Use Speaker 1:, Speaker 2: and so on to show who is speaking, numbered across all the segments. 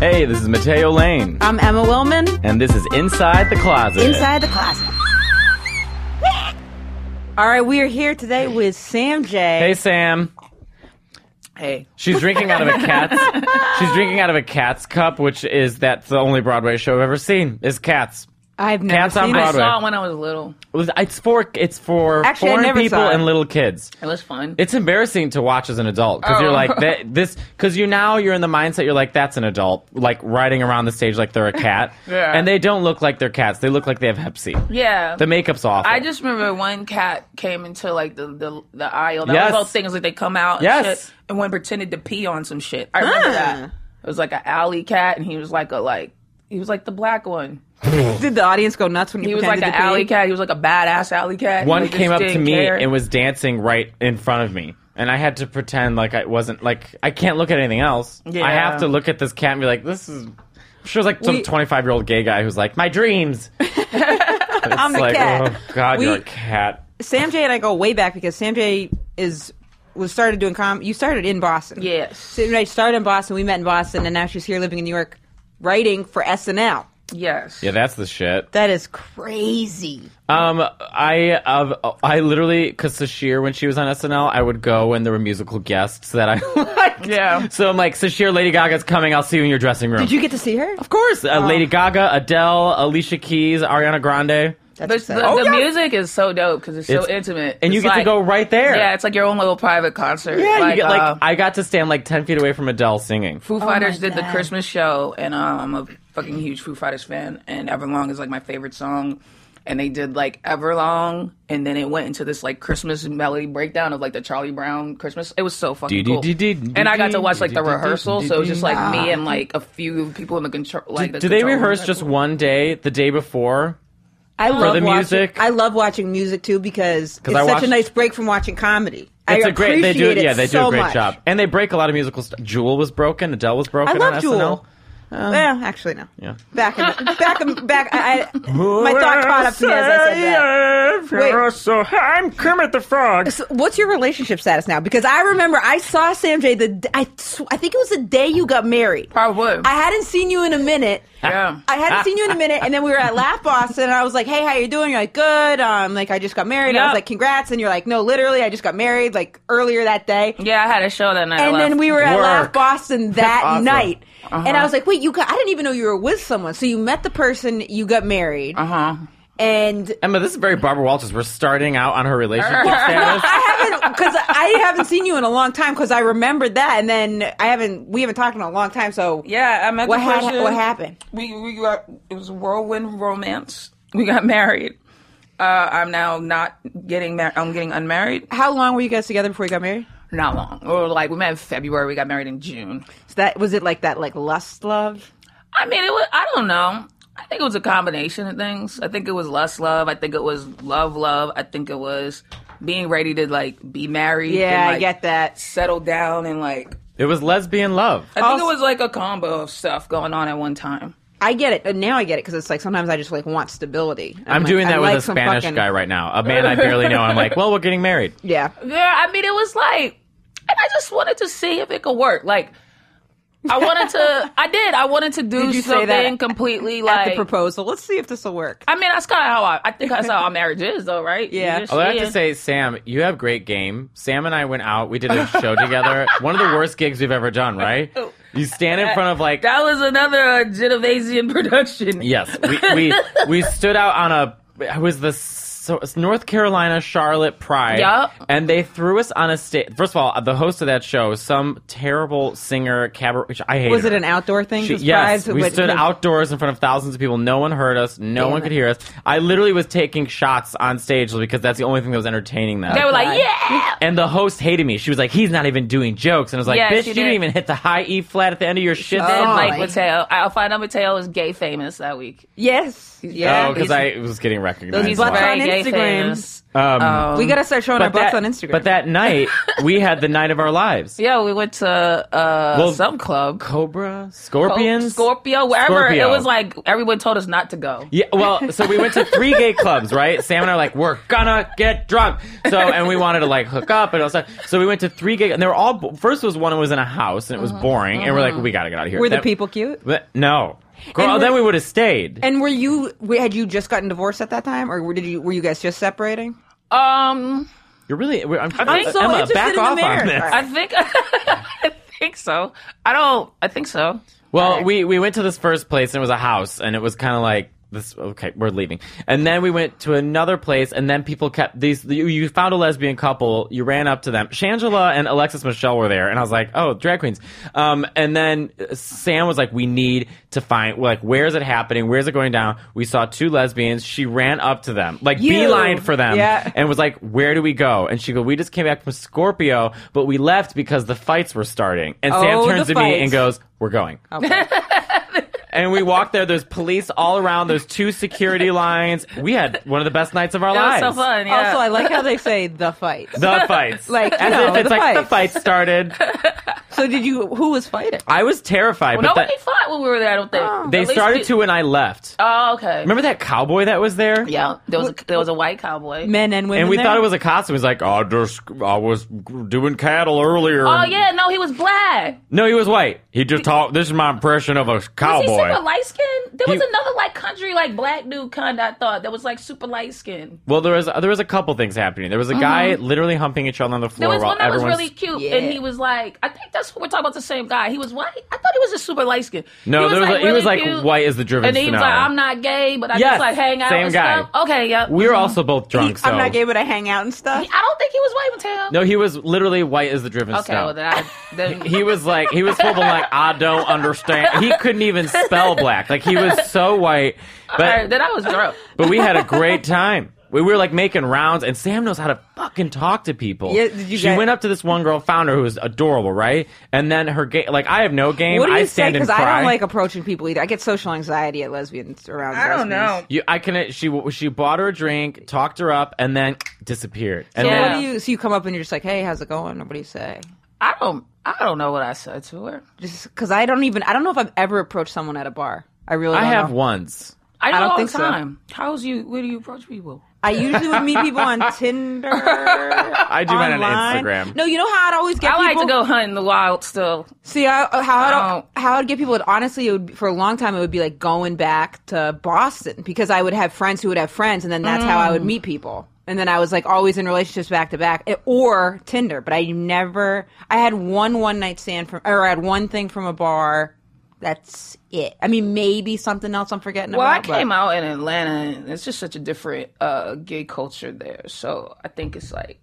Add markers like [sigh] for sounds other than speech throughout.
Speaker 1: Hey, this is Mateo Lane,
Speaker 2: I'm Emma Willman.
Speaker 1: and this is Inside the Closet.
Speaker 2: Inside the closet. All right, we are here today with Sam
Speaker 1: Hey,
Speaker 2: J.
Speaker 1: Sam.
Speaker 2: Hey.
Speaker 1: She's drinking out of a
Speaker 2: [laughs]
Speaker 1: cat's. she's drinking out of a cat's cup, which is that's the only Broadway show I've ever seen is Cats.
Speaker 2: I've never
Speaker 1: Cats on
Speaker 2: seen
Speaker 1: Broadway.
Speaker 2: it.
Speaker 3: I saw it when I was little.
Speaker 1: It was- It's for it's for
Speaker 2: Actually, I
Speaker 1: foreign
Speaker 2: never
Speaker 1: people
Speaker 2: saw it.
Speaker 1: and little kids.
Speaker 3: It was fun.
Speaker 1: It's embarrassing to watch as an adult because you're
Speaker 3: Oh.
Speaker 1: like that, this because you now you're in the mindset you're like that's an adult like riding around the stage like they're a
Speaker 2: [laughs]
Speaker 1: cat
Speaker 3: Yeah.
Speaker 1: and they don't look like they're cats they look like they have Hep C.
Speaker 3: yeah.
Speaker 1: The makeup's off.
Speaker 3: I just remember one cat came into like the the, the aisle. That
Speaker 1: Yes.
Speaker 3: was those things that they come out and
Speaker 1: Yes.
Speaker 3: shit, and one pretended to pee on some shit. I remember
Speaker 2: Huh.
Speaker 3: that. It was like an alley cat, and he was like a like he was like the black one.
Speaker 2: Did the audience go nuts when you
Speaker 3: He was like
Speaker 2: pretended to
Speaker 3: an
Speaker 2: be?
Speaker 3: alley cat. He was like a badass alley cat.
Speaker 1: one
Speaker 3: He just
Speaker 1: came up to
Speaker 3: didn't
Speaker 1: me
Speaker 3: care.
Speaker 1: and was dancing right in front of me and i had to pretend like i wasn't like i can't look at anything else i
Speaker 3: Yeah.
Speaker 1: have to look at this cat and be like this is I'm sure it's like some
Speaker 2: We-
Speaker 1: 25 year old gay guy who's like my
Speaker 3: [laughs]
Speaker 1: dreams
Speaker 2: I'm the
Speaker 1: like
Speaker 2: cat.
Speaker 1: oh god you're
Speaker 2: We-
Speaker 1: a cat
Speaker 2: Sam J and I go way back because Sam J is was started doing com. You started in Boston.
Speaker 3: yes,
Speaker 2: Sam J started in Boston. We met in Boston, and now she's here living in New York, writing for SNL.
Speaker 3: yes,
Speaker 1: yeah that's the shit
Speaker 2: That is crazy.
Speaker 1: Um, I uh, I literally because Sashir when she was on SNL, I would go when there were musical guests that I [laughs] liked.
Speaker 3: Yeah.
Speaker 1: So I'm like, Sashir, Lady Gaga's coming. I'll see you in your dressing room.
Speaker 2: Did you get to see her?
Speaker 1: of course, uh, Lady
Speaker 2: Oh.
Speaker 1: Gaga, Adele, Alicia Keys, Ariana Grande,
Speaker 2: That's
Speaker 3: But the,
Speaker 2: exciting.
Speaker 3: the
Speaker 1: Oh, yeah.
Speaker 3: music is so dope because it's,
Speaker 1: It's-
Speaker 3: so intimate,
Speaker 1: and you
Speaker 3: It's
Speaker 1: get to
Speaker 3: like-
Speaker 1: go right there.
Speaker 3: Yeah, it's like your own little private concert.
Speaker 1: Yeah, you get like
Speaker 3: uh,
Speaker 1: I got to stand like ten feet away from Adele singing.
Speaker 3: Foo Fighters did the
Speaker 2: God.
Speaker 3: Christmas show, and um, I'm a fucking huge Foo Fighters fan, and Everlong is like my favorite song. And they did like Everlong, and then it went into this like Christmas melody breakdown of like the Charlie Brown Christmas. It was so fucking cool. And I got to watch like the rehearsal, so it was just like me and like a few people in the control. Like, the
Speaker 1: Do they
Speaker 3: control room.
Speaker 1: rehearse just one day, the day before?
Speaker 2: I love
Speaker 1: the
Speaker 2: watching,
Speaker 1: music?
Speaker 2: I love watching music too because it's
Speaker 1: I
Speaker 2: such
Speaker 1: watched-
Speaker 2: a nice break from watching comedy.
Speaker 1: It's
Speaker 2: I
Speaker 1: a great. They do.
Speaker 2: appreciate it
Speaker 1: Yeah, they do
Speaker 2: so
Speaker 1: a great
Speaker 2: much.
Speaker 1: job, and they break a lot of musical stuff. Jewel was broken. Adele was broken.
Speaker 2: I
Speaker 1: on
Speaker 2: love Jewel.
Speaker 1: SNL.
Speaker 2: Um, well, actually, no.
Speaker 1: Yeah.
Speaker 2: Back, in, back, in, back. I, I, my thought caught up to me as I said that. Wait.
Speaker 1: So I'm Kermit the
Speaker 2: [laughs]
Speaker 1: Frog.
Speaker 2: So what's your relationship status now? Because I remember I saw Sam J. The d- I, sw- I think it was the day you got married.
Speaker 3: Probably.
Speaker 2: I hadn't seen you in a minute.
Speaker 3: yeah.
Speaker 2: I hadn't seen you in a minute, and then we were at Laugh Boston, and I was like, "Hey, how you doing?" You're like, "Good." Um, like I just got married. I
Speaker 3: Yeah.
Speaker 2: was like, "Congrats!" And you're like, "No, literally, I just got married like earlier that day."
Speaker 3: yeah, I had a show that night. I
Speaker 2: and
Speaker 3: left.
Speaker 2: then we were at
Speaker 1: Work.
Speaker 2: Laugh Boston that
Speaker 1: awesome. Uh-huh.
Speaker 2: night, and I was like, "Wait, you got? I didn't even know you were with someone." So you met the person, you got married,
Speaker 3: Uh-huh.
Speaker 2: and
Speaker 1: Emma, this is very Barbara Walters. We're starting out on her relationship
Speaker 2: [laughs]
Speaker 1: status.
Speaker 2: I
Speaker 1: [laughs]
Speaker 2: haven't because I haven't seen you in a long time because I remembered that, and then I haven't we haven't talked in a long time. So
Speaker 3: Yeah, I met
Speaker 2: what
Speaker 3: the
Speaker 2: had,
Speaker 3: person.
Speaker 2: what happened?
Speaker 3: we we got it was a whirlwind romance. We got [laughs] married. Uh, I'm now not getting married. I'm getting unmarried.
Speaker 2: How long were you guys together before you got married?
Speaker 3: Not long. Or like we met in February. We got married in June.
Speaker 2: So that was it, like that, like lust love.
Speaker 3: I mean, it was. I don't know. I think it was a combination of things. I think it was lust, love. I think it was love, love. I think it was being ready to like be married.
Speaker 2: Yeah,
Speaker 3: and,
Speaker 2: I
Speaker 3: like,
Speaker 2: get that.
Speaker 3: Settle down and like.
Speaker 1: It was lesbian love.
Speaker 3: I think
Speaker 2: Also-
Speaker 3: it was like a combo of stuff going on at one time.
Speaker 2: I get it, and now I get it because it's like sometimes I just like want stability.
Speaker 1: I'm
Speaker 2: like,
Speaker 1: doing
Speaker 2: I
Speaker 1: that with
Speaker 2: like
Speaker 1: a
Speaker 2: some
Speaker 1: Spanish
Speaker 2: fucking-
Speaker 1: guy right now, a man I barely know. And I'm like, well, we're getting
Speaker 2: [laughs]
Speaker 1: married.
Speaker 2: Yeah,
Speaker 3: Yeah, I mean, it was like, and I just wanted to see if it could work. Like, I
Speaker 2: [laughs]
Speaker 3: wanted to, I did, I wanted to do
Speaker 2: Did you say that
Speaker 3: something completely
Speaker 2: the
Speaker 3: like.
Speaker 2: proposal. Let's see if this will work.
Speaker 3: I mean, that's kind of how I, I
Speaker 2: [laughs]
Speaker 3: think that's how our marriage is, though, right? You
Speaker 2: Yeah.
Speaker 3: just
Speaker 1: Although I have to
Speaker 3: see
Speaker 1: say, Sam, you have great game. Sam and I went out. We did a show
Speaker 2: [laughs]
Speaker 1: together. One of the worst gigs we've ever done, right?
Speaker 2: Oh.
Speaker 1: You stand in front of like
Speaker 3: it. that was another uh, Genovesian [laughs] production.
Speaker 1: Yes, we we,
Speaker 2: [laughs]
Speaker 1: we stood out on a it was the so, North Carolina Charlotte Pride,
Speaker 3: Yup.
Speaker 1: and they threw us on a stage. First of all, the host of that show, some terrible singer cabaret, which I hate.
Speaker 2: Was it an outdoor thing?
Speaker 1: She,
Speaker 2: Just
Speaker 1: yes,
Speaker 2: prize?
Speaker 1: we
Speaker 2: What-
Speaker 1: stood outdoors in front of thousands of people. No one heard us. No
Speaker 2: Damn
Speaker 1: one
Speaker 2: it.
Speaker 1: could hear us. I literally was taking shots on stage because that's the only thing that was entertaining them.
Speaker 3: They were like,
Speaker 2: God.
Speaker 3: yeah.
Speaker 1: and the host hated me. She was like, "He's not even doing jokes," and I was like,
Speaker 3: Yeah,
Speaker 1: "Bitch,
Speaker 3: she
Speaker 1: you didn't
Speaker 3: did.
Speaker 1: even hit the high E flat at the end of your shit."
Speaker 3: Then
Speaker 2: Oh,
Speaker 3: Mike
Speaker 2: my.
Speaker 3: Mateo, I found out Mateo was gay famous that week.
Speaker 2: Yes. Yeah.
Speaker 1: because
Speaker 3: he's-
Speaker 1: oh, I was getting recognized.
Speaker 2: Those
Speaker 3: He's
Speaker 1: a lot.
Speaker 2: butts
Speaker 3: very
Speaker 2: on
Speaker 3: gay
Speaker 2: Instagram.
Speaker 1: Um,
Speaker 2: We gotta start showing our butts on Instagram.
Speaker 1: But that night, we had the night of our
Speaker 2: [laughs]
Speaker 1: lives.
Speaker 3: Yeah, we went to uh,
Speaker 1: Well,
Speaker 3: some club.
Speaker 1: Cobra, scorpions,
Speaker 3: Scorpio, wherever.
Speaker 1: Scorpio.
Speaker 3: It was like everyone told us not to go.
Speaker 1: Yeah, well, so we went to three gay clubs, right? Sam and I were like, we're gonna get drunk. So, and we wanted to like hook up and all that. So we went to three gay, and they were all, bo- first was one that was in a house and it was boring, and we're like, we gotta get out of here.
Speaker 2: Were the
Speaker 1: That-
Speaker 2: people cute?
Speaker 1: But, no. Girl,
Speaker 2: And
Speaker 1: then
Speaker 2: were-
Speaker 1: we would have stayed.
Speaker 2: And were you? w- Had you just gotten divorced at that time, or were- did you? Were you guys just separating?
Speaker 3: Um,
Speaker 1: You're really, we're- I'm,
Speaker 3: I'm so
Speaker 1: Emma,
Speaker 2: interested
Speaker 1: back
Speaker 2: in the
Speaker 1: off on
Speaker 2: marriage.
Speaker 1: this.
Speaker 2: All right.
Speaker 3: I think [laughs] I think so. I don't. I think so.
Speaker 1: Well,
Speaker 2: Alright.
Speaker 1: we we went to this first place and it was a house and it was kind of like this okay, we're leaving. And then we went to another place and then people kept these you, you found a lesbian couple, you ran up to them. Shangela and Alexis Michelle were there and I was like, "Oh, drag queens." Um and then uh, Sam was like, "We need to find like where is it happening? Where is it going down?" We saw two lesbians. She ran up to them. Like
Speaker 2: You.
Speaker 1: beeline for them
Speaker 2: Yeah.
Speaker 1: and was like, "Where do we go?" And she go, "We just came back from Scorpio, but we left because the fights were starting." And Sam
Speaker 2: Oh,
Speaker 1: turns
Speaker 2: the
Speaker 1: to me and
Speaker 2: fights.
Speaker 1: goes, "We're going."
Speaker 2: [laughs]
Speaker 1: And we walked there. There's police all around. There's two security lines. We had one of the best nights of our
Speaker 3: It was
Speaker 1: lives.
Speaker 3: so fun. Yeah.
Speaker 2: Also, I like how they say the fight.
Speaker 1: The fights,
Speaker 2: [laughs] Like,
Speaker 1: as
Speaker 2: no,
Speaker 1: if it's
Speaker 2: the
Speaker 1: like the
Speaker 2: fights.
Speaker 1: fight started.
Speaker 2: so, did you? Who was fighting?
Speaker 1: I was terrified,
Speaker 3: Well,
Speaker 1: but
Speaker 3: nobody
Speaker 1: that-
Speaker 3: fought when we were there. I don't think
Speaker 1: they
Speaker 3: At least
Speaker 1: started
Speaker 3: we-
Speaker 1: to when I left.
Speaker 3: Oh, okay.
Speaker 1: Remember that cowboy that was there?
Speaker 3: Yeah, there was a, there was a white cowboy.
Speaker 2: Men and women.
Speaker 1: And we
Speaker 2: there?
Speaker 1: thought it was a costume. He's like, oh, just, I was doing cattle earlier.
Speaker 3: Oh yeah, no, he was black.
Speaker 1: No, he was white. He just talked. This is my impression of a
Speaker 3: Was he
Speaker 1: cowboy.
Speaker 3: super light skinned? There was
Speaker 1: Oh, He-
Speaker 3: another like country like black dude kind I thought that was like super light skinned.
Speaker 1: Well, there was there was a couple things happening. There was a
Speaker 2: Uh-huh.
Speaker 1: guy literally humping each other on the
Speaker 3: There
Speaker 1: floor
Speaker 3: was
Speaker 1: while
Speaker 3: one that was
Speaker 1: everyone's
Speaker 3: really cute,
Speaker 2: Yeah.
Speaker 3: and he was like, I think that's we're talking about the same guy. He was white. I thought he was just super light skinned.
Speaker 1: no. there was a- he was like
Speaker 3: cute,
Speaker 1: white as the driven
Speaker 3: and he
Speaker 1: snow.
Speaker 3: was like, I'm not gay, but I
Speaker 1: Yes,
Speaker 3: just like hang out.
Speaker 1: same
Speaker 3: and
Speaker 1: guy.
Speaker 3: Stuff. Okay, yeah.
Speaker 1: we were also both drunk. so
Speaker 2: Mm-hmm. I'm not gay, but I hang out and stuff.
Speaker 3: I don't think he was white, Mateo.
Speaker 1: no, he was literally white as the driven
Speaker 3: Okay,
Speaker 1: snow.
Speaker 3: well then I [laughs] then
Speaker 1: he was like he was full blown like I don't understand. He couldn't even spell black. Like he was so white. But
Speaker 3: All right, then [laughs] I was drunk.
Speaker 1: but we had a great time. We were like making rounds, and Sam knows how to fucking talk to people.
Speaker 2: Yeah, did you
Speaker 1: she
Speaker 2: guys-
Speaker 1: went up to this one girl, found her who was adorable, right? And then her game, like I have no game.
Speaker 2: What do you
Speaker 1: I
Speaker 2: say?
Speaker 1: stand and
Speaker 2: Because
Speaker 1: cry.
Speaker 2: I don't like approaching people either. I get social anxiety at lesbians around. lesbians.
Speaker 1: You, I can. She she bought her a drink, talked her up, and then disappeared. And
Speaker 2: So
Speaker 3: Yeah.
Speaker 1: then-
Speaker 2: what do you? So you come up and you're just like, "Hey, how's it going?" What do you say?
Speaker 3: I don't. I don't know what I said to her.
Speaker 2: Just because I don't even. I don't know if I've ever approached someone at a bar. I really.
Speaker 1: I
Speaker 2: don't
Speaker 1: have
Speaker 2: know.
Speaker 1: once.
Speaker 3: I,
Speaker 2: don't
Speaker 3: know all
Speaker 2: think so.
Speaker 3: the time. How's you? Where do you approach people?
Speaker 2: I usually would meet
Speaker 1: [laughs]
Speaker 2: people on Tinder. I
Speaker 1: do mine on Instagram.
Speaker 2: No, you know how I'd always get
Speaker 3: I
Speaker 2: people.
Speaker 3: like to go Oh. hunt in the wild still.
Speaker 2: See I, uh, how
Speaker 3: I
Speaker 2: I'd,
Speaker 3: don't-
Speaker 2: how I'd get people. Would, honestly, it would be, for a long time it would be like going back to Boston because I would have friends who would have friends, and then that's how I would
Speaker 3: Mm.
Speaker 2: meet people. And then I was like always in relationships back to back eh, or Tinder, but I never. I had one one night stand from, or I had one thing from a bar. That's it. I mean, maybe something else I'm forgetting
Speaker 3: Well, I
Speaker 2: about.
Speaker 3: came out in Atlanta, and it's just such a different uh, gay culture there. So I think it's like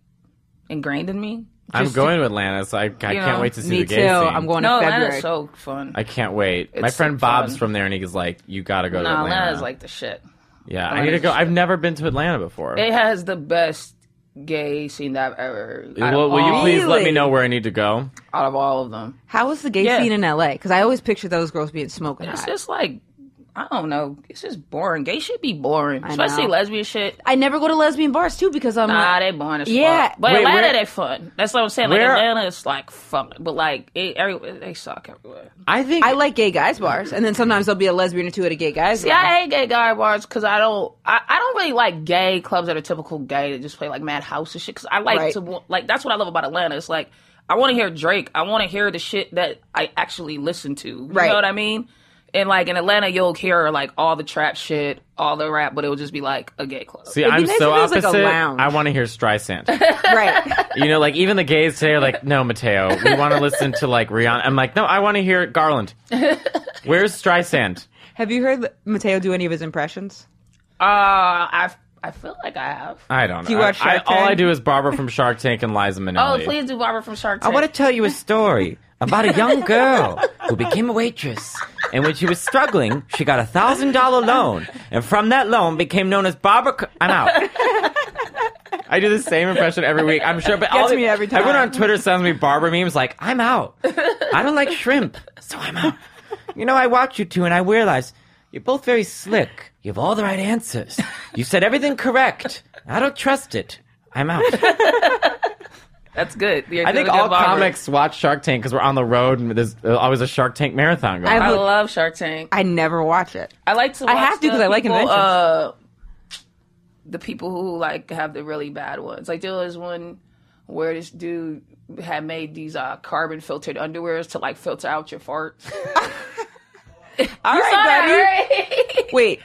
Speaker 3: ingrained in me.
Speaker 1: I'm
Speaker 3: Just-
Speaker 1: going to Atlanta, so I, I can't
Speaker 3: know,
Speaker 1: wait to see
Speaker 2: Me
Speaker 1: the
Speaker 2: too.
Speaker 1: gay scene.
Speaker 2: I'm going
Speaker 3: No,
Speaker 2: to February.
Speaker 3: Atlanta's so fun.
Speaker 1: I can't wait. My
Speaker 3: It's
Speaker 1: friend
Speaker 3: so
Speaker 1: Bob's
Speaker 3: fun.
Speaker 1: from there, and he's like, "You gotta go
Speaker 3: no,
Speaker 1: to Atlanta."
Speaker 3: Atlanta's like the shit.
Speaker 1: yeah, I need to go. I've never been to Atlanta before.
Speaker 3: It has the best gay scene that I've ever. Out,
Speaker 1: Will,
Speaker 3: of,
Speaker 1: will
Speaker 3: all,
Speaker 1: you please let me
Speaker 2: Really?
Speaker 1: know where I need to go?
Speaker 3: out of all of them,
Speaker 2: How was the gay
Speaker 3: Yeah.
Speaker 2: scene in LA? Because I always picture those girls being smoking
Speaker 3: it's
Speaker 2: hot.
Speaker 3: just like I don't know. It's just boring. Gay should be boring,
Speaker 2: know.
Speaker 3: especially lesbian shit.
Speaker 2: I never go to lesbian bars too because I'm
Speaker 3: Nah,
Speaker 2: like,
Speaker 3: they boring as
Speaker 2: Yeah.
Speaker 3: fuck. But
Speaker 1: Wait,
Speaker 3: Atlanta,
Speaker 1: where-
Speaker 3: they fun. That's what I'm saying. Like
Speaker 1: Where-
Speaker 3: Atlanta is like fun, but like it, everywhere they suck everywhere.
Speaker 1: I think
Speaker 2: I like gay guys bars, and then sometimes there'll be a lesbian or two at a gay guys.
Speaker 3: See,
Speaker 2: bar.
Speaker 3: I hate gay guy bars because I don't, I, I don't really like gay clubs that are typical gay that just play like Mad House and shit. Because I like
Speaker 2: Right.
Speaker 3: to, wa- like that's what I love about Atlanta. It's like I want to hear Drake. I want to hear the shit that I actually listen to. You
Speaker 2: Right.
Speaker 3: know what I mean? And like in Atlanta, you'll hear like all the trap shit, all the rap, but it will just be like a gay club.
Speaker 1: See,
Speaker 2: It'd be
Speaker 1: I'm
Speaker 2: nice
Speaker 1: so
Speaker 2: if it was, like, a
Speaker 1: opposite.
Speaker 2: lounge.
Speaker 1: I want to hear Streisand.
Speaker 3: [laughs]
Speaker 2: right.
Speaker 1: you know, like even the gays today are like, no, Mateo, we want to listen to like Rihanna. I'm like, no, I want to hear Garland. Where's Streisand?
Speaker 2: Have you heard Mateo do any of his impressions?
Speaker 3: uh, I I feel like I have.
Speaker 1: I don't know.
Speaker 2: you watch
Speaker 1: I, I,
Speaker 2: Shark
Speaker 1: all I
Speaker 2: Tank?
Speaker 1: do is Barbara from Shark Tank and Liza
Speaker 3: Oh,
Speaker 1: Minnelli.
Speaker 3: please do Barbara from Shark Tank.
Speaker 1: tell you a story about a young girl who became a waitress. And when she was struggling, she got a thousand dollar loan, and from that loan became known as Barbara. C- I'm out. I do the same impression every week. I'm sure, but all
Speaker 2: Gets
Speaker 1: the-
Speaker 2: me every time.
Speaker 1: Everyone on Twitter sends me Barbara memes like, "I'm out. I don't like shrimp, so I'm out." You know, I watch you two, and I realize you're both very slick. You have all the right answers. You said everything correct, I don't trust it. I'm out.
Speaker 3: That's good. You're
Speaker 1: I
Speaker 3: doing
Speaker 1: think
Speaker 3: a good
Speaker 1: all
Speaker 3: Barbara.
Speaker 1: comics watch Shark Tank because we're on the road and there's always a Shark Tank marathon going.
Speaker 2: I've-
Speaker 1: on.
Speaker 3: I love Shark Tank.
Speaker 2: I never watch it.
Speaker 3: I like to.
Speaker 2: I
Speaker 3: watch
Speaker 2: have to
Speaker 3: the
Speaker 2: 'cause I like
Speaker 3: people,
Speaker 2: inventions.
Speaker 3: Uh, the people who like have the really bad ones. Like there was one where this dude had made these uh, carbon filtered underwears to like filter out your farts.
Speaker 2: All right, buddy.
Speaker 3: Alright.
Speaker 2: Wait,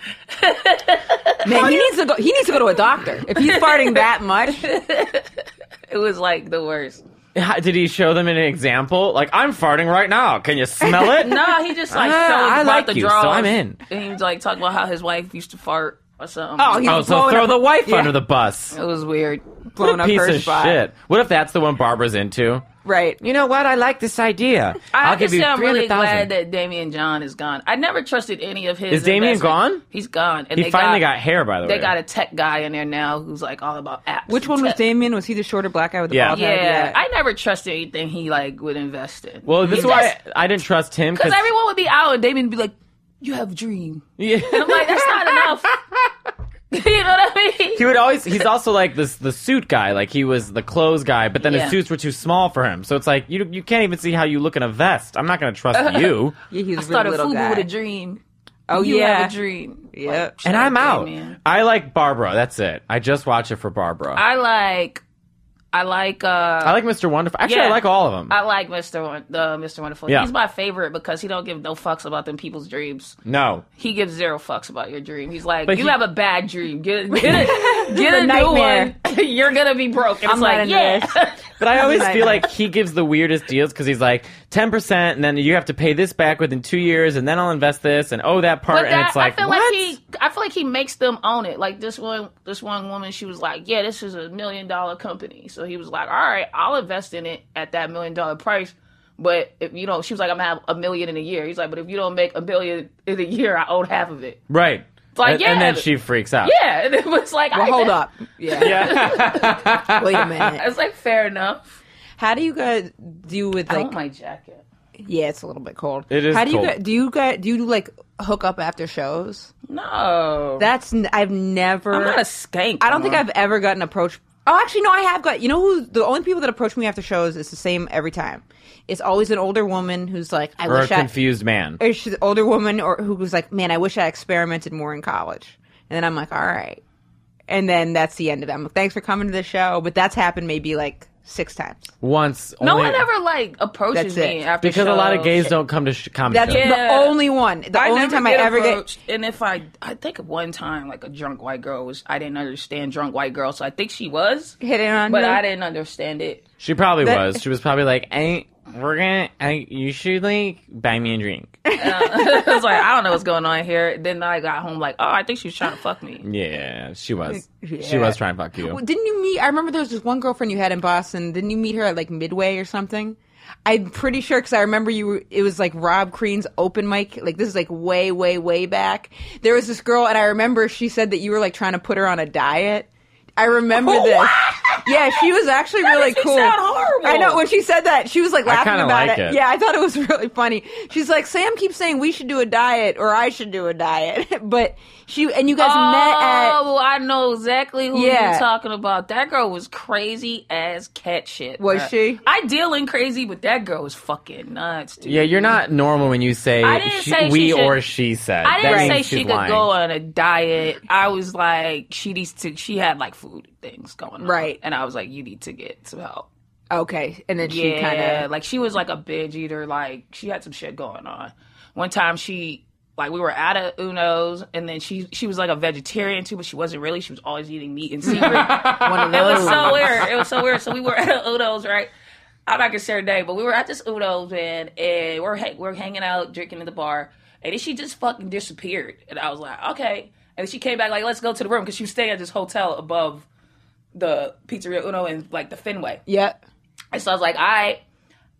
Speaker 2: man, he needs to go. He needs to go to a doctor if he's farting that
Speaker 3: [laughs]
Speaker 2: much.
Speaker 3: [laughs] it was like the worst.
Speaker 1: How- Did he show them an example? Like I'm farting right now. Can you
Speaker 3: [laughs]
Speaker 1: smell it?
Speaker 3: No, he just like
Speaker 1: Ah,
Speaker 3: showed
Speaker 1: I
Speaker 3: about
Speaker 1: like
Speaker 3: the
Speaker 1: you, so
Speaker 3: drawers.
Speaker 1: I'm in.
Speaker 3: And he was like talking about how his wife used to fart or something.
Speaker 2: Oh, he's
Speaker 1: Oh, so
Speaker 2: blowing
Speaker 1: throw
Speaker 2: up-
Speaker 1: the wife
Speaker 2: yeah,
Speaker 1: under the
Speaker 3: [laughs]
Speaker 1: bus.
Speaker 3: it was weird.
Speaker 2: blowing up
Speaker 1: Piece
Speaker 2: her
Speaker 1: of
Speaker 2: spot.
Speaker 1: shit. What if that's the one Barbara's into?
Speaker 2: Right.
Speaker 1: You know what? I like this idea.
Speaker 3: I
Speaker 1: will
Speaker 3: have to
Speaker 1: give you
Speaker 3: say, I'm really
Speaker 1: 300,000.
Speaker 3: glad that Damian John is gone. I never trusted any of his.
Speaker 1: Is Damian
Speaker 3: investments.
Speaker 1: gone?
Speaker 3: He's gone. And
Speaker 1: He
Speaker 3: they
Speaker 1: finally got, hair, by the way.
Speaker 3: They got a tech guy in there now who's like all about apps.
Speaker 2: Which
Speaker 3: and
Speaker 2: one was
Speaker 3: tech.
Speaker 2: Damien? Was he the shorter black guy with the
Speaker 1: Yeah.
Speaker 2: bald
Speaker 3: Yeah,
Speaker 2: head?
Speaker 3: I never trusted anything he like would invest in.
Speaker 1: Well, this is why I didn't trust him
Speaker 3: because everyone would be out and Damien would be like, "You have a dream."
Speaker 1: [laughs] Yeah.
Speaker 3: I'm like, that's
Speaker 1: [laughs]
Speaker 3: not enough. [laughs] you know what I mean?
Speaker 1: he would always he's also like this the suit guy like he was the clothes guy but then
Speaker 3: Yeah.
Speaker 1: his suits were too small for him so it's like you you can't even see how you look in a vest i'm not going to
Speaker 3: [laughs]
Speaker 1: trust you
Speaker 2: yeah, he's a really
Speaker 3: Started
Speaker 2: little
Speaker 3: Fubu with a
Speaker 2: guy.
Speaker 3: dream.
Speaker 2: Oh
Speaker 3: you
Speaker 2: yeah,
Speaker 3: have a dream.
Speaker 2: Yeah.
Speaker 3: Like,
Speaker 1: and
Speaker 3: shut
Speaker 1: i'm
Speaker 3: up,
Speaker 1: out
Speaker 3: Damien.
Speaker 1: i like barbara that's it i just watch it for barbara i,
Speaker 3: I like, I like, uh,
Speaker 1: like mr wonderful actually i
Speaker 3: Yeah.
Speaker 1: like all of them
Speaker 3: I like Mr. Won- uh, Mr. Wonderful.
Speaker 1: Yeah.
Speaker 3: He's my favorite because he don't give no fucks about them people's dreams.
Speaker 1: no
Speaker 3: He gives zero fucks about your dream. He's like,
Speaker 1: But
Speaker 3: you
Speaker 1: he-
Speaker 3: have a bad dream. Get get
Speaker 1: [laughs]
Speaker 3: a, get a, new
Speaker 2: nightmare.
Speaker 3: one. [laughs] You're gonna be broke. And
Speaker 2: I'm
Speaker 3: it's
Speaker 2: not
Speaker 3: like,
Speaker 2: in
Speaker 3: yeah.
Speaker 1: but i
Speaker 3: [laughs]
Speaker 1: always
Speaker 2: Right.
Speaker 1: feel like he gives the weirdest deals because he's like 10% and then you have to pay this back within two years and then i'll invest this and oh that part
Speaker 3: But
Speaker 1: and
Speaker 3: that-
Speaker 1: it's like
Speaker 3: I feel
Speaker 1: what
Speaker 3: like he, I feel like he makes them own it. Like this one, this one woman, she was like, "Yeah, this is a million dollar company." So he was like, "All right, I'll invest in it at that million dollar price." But if you don't, she was like, "I'm gonna have a million in a year." He's like, "But if you don't make a billion in a year, I own half of it." [laughs]
Speaker 1: right
Speaker 3: like,
Speaker 1: and, and then
Speaker 3: yeah.
Speaker 1: she freaks out
Speaker 3: Yeah, and it was like,
Speaker 2: Well,
Speaker 3: I
Speaker 2: hold up. Yeah.
Speaker 1: yeah
Speaker 2: Wait a minute.
Speaker 3: [laughs] It's like fair enough.
Speaker 2: How do you guys do with
Speaker 3: I
Speaker 2: like?
Speaker 3: want my jacket.
Speaker 2: yeah, it's a little bit cold.
Speaker 1: It is
Speaker 2: How do you
Speaker 1: cold.
Speaker 2: guys, do you guys do you like hook up after shows?
Speaker 3: No,
Speaker 2: That's n- I've never.
Speaker 3: I'm not a skank.
Speaker 2: I don't think I've ever gotten approached. Oh, actually, no, I have got. You know who? The only people that approach me after shows is the same every time. It's always an older woman who's like, "I
Speaker 1: or a
Speaker 2: wish I."
Speaker 1: confused man
Speaker 2: Or she's an older woman or who was like, "Man, I wish I experimented more in college." And then I'm like, "All right," and then that's the end of it. I'm like, "Thanks for coming to the show," but that's happened maybe like six times.
Speaker 1: once
Speaker 3: No
Speaker 1: only-
Speaker 3: one ever like approaches
Speaker 2: That's it.
Speaker 3: me after
Speaker 1: because a lot of
Speaker 3: shows.
Speaker 1: gays don't come to sh- comedy
Speaker 2: That's
Speaker 1: shows.
Speaker 2: the
Speaker 3: Yeah.
Speaker 2: only one. The only
Speaker 3: never
Speaker 2: time I
Speaker 3: get
Speaker 2: ever get.
Speaker 3: approached, and if I, I think one time like a drunk white girl was, I didn't understand drunk white girl, so I think she was,
Speaker 2: Hit it on
Speaker 3: but
Speaker 2: you.
Speaker 3: I didn't understand it. [laughs]
Speaker 1: She probably
Speaker 2: That-
Speaker 1: was. She was probably like, "Ain't we're gonna? I, you should like buy me a drink."
Speaker 3: [laughs] I was like, I don't know what's going on here. Then I got home like, oh, I think she was trying to fuck me.
Speaker 1: yeah, she was. She
Speaker 2: Yeah.
Speaker 1: was trying to fuck you.
Speaker 2: Well, Didn't you meet? I remember there was this one girlfriend you had in Boston. Didn't you meet her at like Midway or something? I'm pretty sure because I remember you. Were, it was like Rob Crean's open mic. Like this is like way, way, way back. There was this girl, and I remember she said that you were like trying to put her on a diet. I remember
Speaker 3: Oh, What?
Speaker 2: this. Yeah, she was actually really
Speaker 3: makes me
Speaker 2: cool.
Speaker 3: sound horrible.
Speaker 2: I know when she said that, she was like laughing
Speaker 1: kinda
Speaker 2: about
Speaker 1: like
Speaker 2: it.
Speaker 1: it.
Speaker 2: Yeah, I thought it was [laughs] really funny. She's like, Sam keeps saying we should do a diet or I should do a diet, [laughs] but she and you guys met at
Speaker 3: Oh, I know exactly who
Speaker 2: Yeah.
Speaker 3: you're talking about. That girl was crazy as cat shit.
Speaker 2: Was
Speaker 3: bruh.
Speaker 2: she?
Speaker 3: I deal in crazy, but that girl was fucking nuts, dude.
Speaker 1: yeah, you're not normal when you say,
Speaker 3: I didn't
Speaker 1: she,
Speaker 3: say she
Speaker 1: we
Speaker 3: should-
Speaker 1: or she said. That
Speaker 3: I didn't say
Speaker 1: means
Speaker 3: she
Speaker 1: she's
Speaker 3: could
Speaker 1: lying. [laughs]
Speaker 3: go on a diet. I was like, she needs to. She had like food things going on,
Speaker 2: Right.
Speaker 3: And I was like, you need to get some help.
Speaker 2: Okay, and then she kind
Speaker 3: yeah,
Speaker 2: of
Speaker 3: like she was like a binge eater. Like she had some shit going on. One time she. Like we were at a Uno's, and then she she was like a vegetarian too, but she wasn't really. She was always eating
Speaker 2: [laughs]
Speaker 3: meat in secret.
Speaker 2: one of
Speaker 3: It
Speaker 2: those.
Speaker 3: was so weird. It was so weird. So we were [laughs] at Udo's, right? I'm not gonna say her name, but we were at this Udo's man, and we're ha- we're hanging out, drinking at the bar, and then she just fucking disappeared, and I was like, okay. And she came back like, let's go to the room because she was staying at this hotel above the Pizzeria Uno and like the Fenway.
Speaker 2: Yep.
Speaker 3: And so I was like, all right.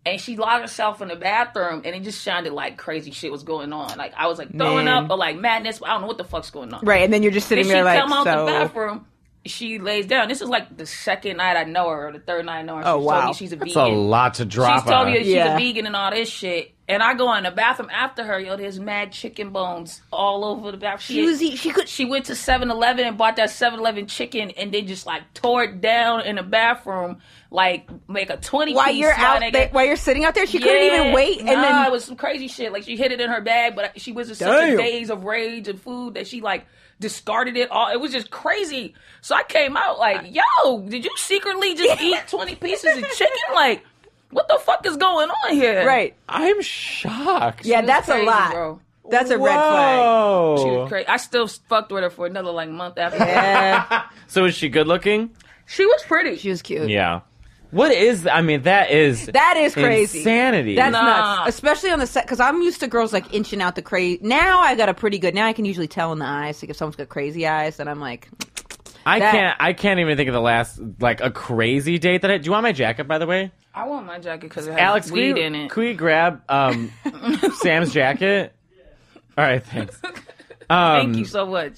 Speaker 3: And she locked herself in the bathroom, and it just sounded like crazy shit was going on. Like I was like throwing
Speaker 2: Man.
Speaker 3: up or like madness. I don't know what the fuck's going on.
Speaker 2: Right, and then you're just sitting
Speaker 3: And she
Speaker 2: there like,
Speaker 3: come out
Speaker 2: so.
Speaker 3: the bathroom. She lays down. This is like the second night I know her, or the third night I know her. She
Speaker 2: Oh,
Speaker 3: told
Speaker 2: wow.
Speaker 3: me she's a
Speaker 1: It's a
Speaker 3: vegan.
Speaker 1: lot to
Speaker 3: She's
Speaker 1: drop
Speaker 3: told
Speaker 1: on.
Speaker 3: me that she's
Speaker 2: Yeah.
Speaker 3: a vegan and all this shit. And I go in the bathroom after her. Yo, there's mad chicken bones all over the bathroom.
Speaker 2: She was eat- she could-
Speaker 3: She went to 7-Eleven and bought that 7-Eleven chicken, and they just like tore it down in the bathroom, like make a twenty.
Speaker 2: While
Speaker 3: piece,
Speaker 2: you're
Speaker 3: my
Speaker 2: out
Speaker 3: nigga.
Speaker 2: there, while you're sitting out there, she couldn't even wait, and
Speaker 3: nah,
Speaker 2: then
Speaker 3: it was some crazy shit. Like she hid it in her bag, but she was in such
Speaker 2: Damn.
Speaker 3: a daze of rage and food that she like discarded it all. It was just crazy. So I came out like, "Yo, did you secretly
Speaker 2: [laughs]
Speaker 3: just eat twenty pieces of chicken? Like, what the fuck is going on here?"
Speaker 2: right.
Speaker 1: I'm shocked.
Speaker 2: Yeah,
Speaker 3: was
Speaker 2: that's a
Speaker 3: crazy,
Speaker 2: lot.
Speaker 3: bro.
Speaker 2: That's a red flag.
Speaker 3: She was crazy. I still fucked with her for another like month after. that.
Speaker 2: Yeah,
Speaker 1: [laughs] So is she good looking?
Speaker 3: She was pretty.
Speaker 2: she was cute.
Speaker 1: Yeah. What is? I mean, that is
Speaker 2: That is crazy.
Speaker 1: insanity.
Speaker 2: That's
Speaker 3: Nah.
Speaker 2: nuts, especially on the set because I'm used to girls like inching out the crazy. Now I got a pretty good. Now I can usually tell in the eyes. Like if someone's got crazy eyes, then I'm like,
Speaker 1: I
Speaker 2: that-
Speaker 1: can't. I can't even think of the last like a crazy date that I. Do you want my jacket, by the way?
Speaker 3: I want my jacket because it had
Speaker 1: Alex, could
Speaker 3: weed
Speaker 1: you-
Speaker 3: in it.
Speaker 1: could you grab um, Sam's jacket? All right, thanks. Um,
Speaker 3: Thank you so much.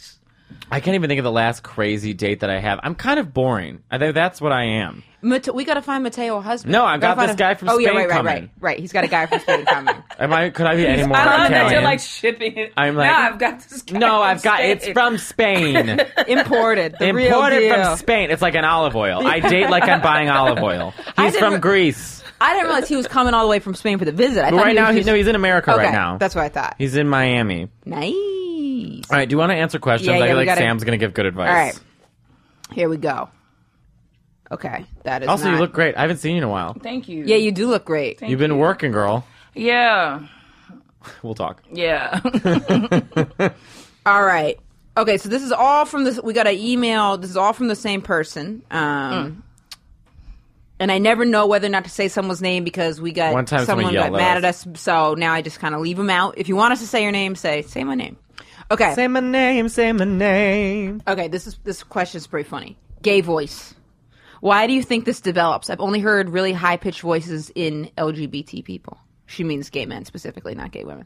Speaker 1: I can't even think of the last crazy date that I have. I'm kind of boring. I think that's what I am.
Speaker 2: Mate- we got to find Mateo a husband.
Speaker 1: No,
Speaker 2: I
Speaker 1: I've got this guy from
Speaker 2: Oh yeah,
Speaker 1: Spain
Speaker 2: right, right,
Speaker 1: coming.
Speaker 2: right, right. He's got a guy from
Speaker 1: [laughs]
Speaker 2: Spain coming.
Speaker 1: Am I? Could I be any more?
Speaker 3: I love that
Speaker 1: Italian?
Speaker 3: you're like shipping it.
Speaker 1: I'm like-
Speaker 3: now I've got this. Guy
Speaker 1: no,
Speaker 3: from
Speaker 1: I've got. It's
Speaker 3: Spain.
Speaker 1: from Spain.
Speaker 2: Imported, the real
Speaker 1: Imported
Speaker 2: deal.
Speaker 1: from Spain. It's like an olive oil. I date like I'm buying olive oil. He's
Speaker 2: didn't
Speaker 1: from
Speaker 2: re-
Speaker 1: Greece.
Speaker 2: I didn't realize he was coming all the way from Spain for the visit. I
Speaker 1: But
Speaker 2: thought
Speaker 1: right
Speaker 2: he
Speaker 1: now,
Speaker 2: was
Speaker 1: he's, no, he's in America
Speaker 2: okay,
Speaker 1: right now.
Speaker 2: That's what I thought.
Speaker 1: he's in Miami.
Speaker 2: nice.
Speaker 1: All right. Do you want to answer questions?
Speaker 2: Yeah,
Speaker 1: I
Speaker 2: yeah,
Speaker 1: feel
Speaker 2: we
Speaker 1: like
Speaker 2: gotta-
Speaker 1: Sam's gonna give good advice.
Speaker 2: All right, here we go. Okay, that is.
Speaker 1: Also, you
Speaker 2: not-
Speaker 1: look great. I haven't seen you in a while.
Speaker 3: Thank you.
Speaker 2: Yeah, you do look great.
Speaker 1: You've been working, girl.
Speaker 3: Yeah.
Speaker 1: We'll talk.
Speaker 3: Yeah. [laughs]
Speaker 2: All right. Okay, so this is all from this. We got an email. This is all from the same person. Um, And I never know whether or not to say someone's name because we got
Speaker 1: One time someone
Speaker 2: someone got
Speaker 1: yelled at
Speaker 2: mad at us. So now I just kind of leave them out. If you want us to say your name, say say my name. Okay.
Speaker 1: Say my name. Say my name.
Speaker 2: Okay. This is this question is pretty funny. Gay voice. Why do you think this develops? I've only heard really high pitched voices in LGBT people. She means gay men specifically, not gay women.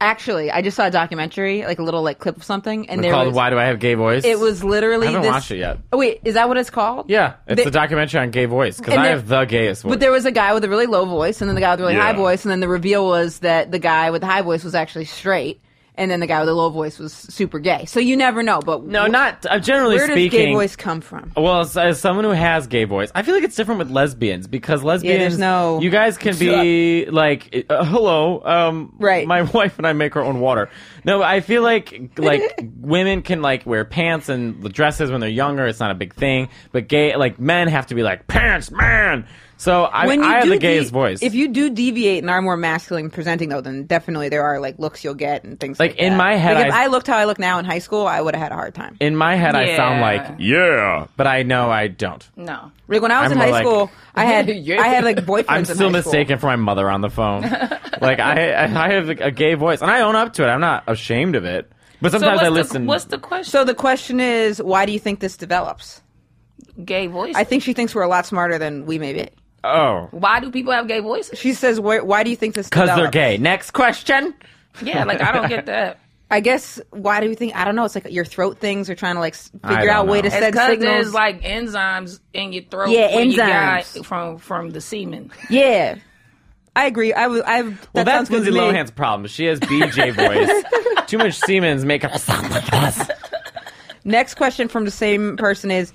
Speaker 2: Actually, I just saw a documentary, like a little like clip of something, and
Speaker 1: It's
Speaker 2: there
Speaker 1: called
Speaker 2: was
Speaker 1: "Why Do I Have Gay Voice?"
Speaker 2: it was literally.
Speaker 1: I haven't
Speaker 2: this,
Speaker 1: watched it yet.
Speaker 2: Oh, wait, is that what it's called?
Speaker 1: Yeah, it's
Speaker 2: They-
Speaker 1: a documentary on gay voice because
Speaker 2: And
Speaker 1: I
Speaker 2: there-
Speaker 1: have the gayest voice.
Speaker 2: But there was a guy with a really low voice, and then the guy with a really
Speaker 1: Yeah.
Speaker 2: high voice, and then the reveal was that the guy with the high voice was actually straight, and then the guy with the low voice was super gay. So you never know. But
Speaker 1: no, not uh, generally
Speaker 2: where does
Speaker 1: speaking. Oh,
Speaker 2: gay voice come from?
Speaker 1: Well, as, as someone who has gay voice, I feel like it's different with lesbians because lesbians,
Speaker 2: no-
Speaker 1: you guys can
Speaker 2: [laughs]
Speaker 1: be like, uh, hello, um,
Speaker 2: Right.
Speaker 1: My [laughs] wife and I make our own water. No, I feel like
Speaker 2: [laughs]
Speaker 1: like women can like wear pants and dresses when they're younger. It's not a big thing, but gay like men have to be like pants, man. So I,
Speaker 2: When you
Speaker 1: I have
Speaker 2: do
Speaker 1: the gayest
Speaker 2: de-
Speaker 1: voice.
Speaker 2: If you do deviate and are more masculine presenting, though, then definitely there are like looks you'll get and things like,
Speaker 1: Like, in
Speaker 2: that.
Speaker 1: my head,
Speaker 2: Like, if
Speaker 1: I-
Speaker 2: I looked how I look now in high school, I would have had a hard time.
Speaker 1: in my head, I sound
Speaker 3: Yeah.
Speaker 1: like yeah, but I know I don't.
Speaker 3: no.
Speaker 2: Like when I was
Speaker 1: I'm
Speaker 2: in
Speaker 1: more
Speaker 2: high
Speaker 1: like-
Speaker 2: school,
Speaker 1: [laughs]
Speaker 2: I had
Speaker 3: Yeah.
Speaker 2: I had like boyfriends.
Speaker 1: I'm
Speaker 2: in
Speaker 1: still
Speaker 2: high school.
Speaker 1: mistaken for my mother on the
Speaker 2: [laughs]
Speaker 1: phone. like I, I I have a gay voice, and I own up to it. I'm not ashamed of it. But
Speaker 3: So
Speaker 1: sometimes
Speaker 3: what's
Speaker 1: I
Speaker 3: the,
Speaker 1: listen.
Speaker 3: what's the question?
Speaker 2: So the question is, why do you think this develops?
Speaker 3: gay voice.
Speaker 2: I think she thinks we're a lot smarter than we may be.
Speaker 1: oh,
Speaker 3: Why do people have gay voices?
Speaker 2: She says, why, why do you think this
Speaker 1: because they're
Speaker 2: develops?"
Speaker 1: gay. Next question.
Speaker 3: Yeah, like I don't
Speaker 2: [laughs]
Speaker 3: get that.
Speaker 2: I guess, why do you think, I don't know, it's like your throat things are trying to like s-
Speaker 1: I
Speaker 2: figure
Speaker 1: don't
Speaker 2: out way to
Speaker 1: know.
Speaker 2: send
Speaker 3: It's because
Speaker 2: signals.
Speaker 3: there's like enzymes in your throat.
Speaker 2: Yeah,
Speaker 3: where you got
Speaker 2: enzymes.
Speaker 3: from from the semen.
Speaker 2: yeah. I agree. I was, I, that
Speaker 1: Well, that's
Speaker 2: sounds good
Speaker 1: Lindsay
Speaker 2: to me.
Speaker 1: Lohan's problem. She has
Speaker 2: [laughs]
Speaker 1: BJ voice. Too much Siemens make up.
Speaker 2: Next question from the same person is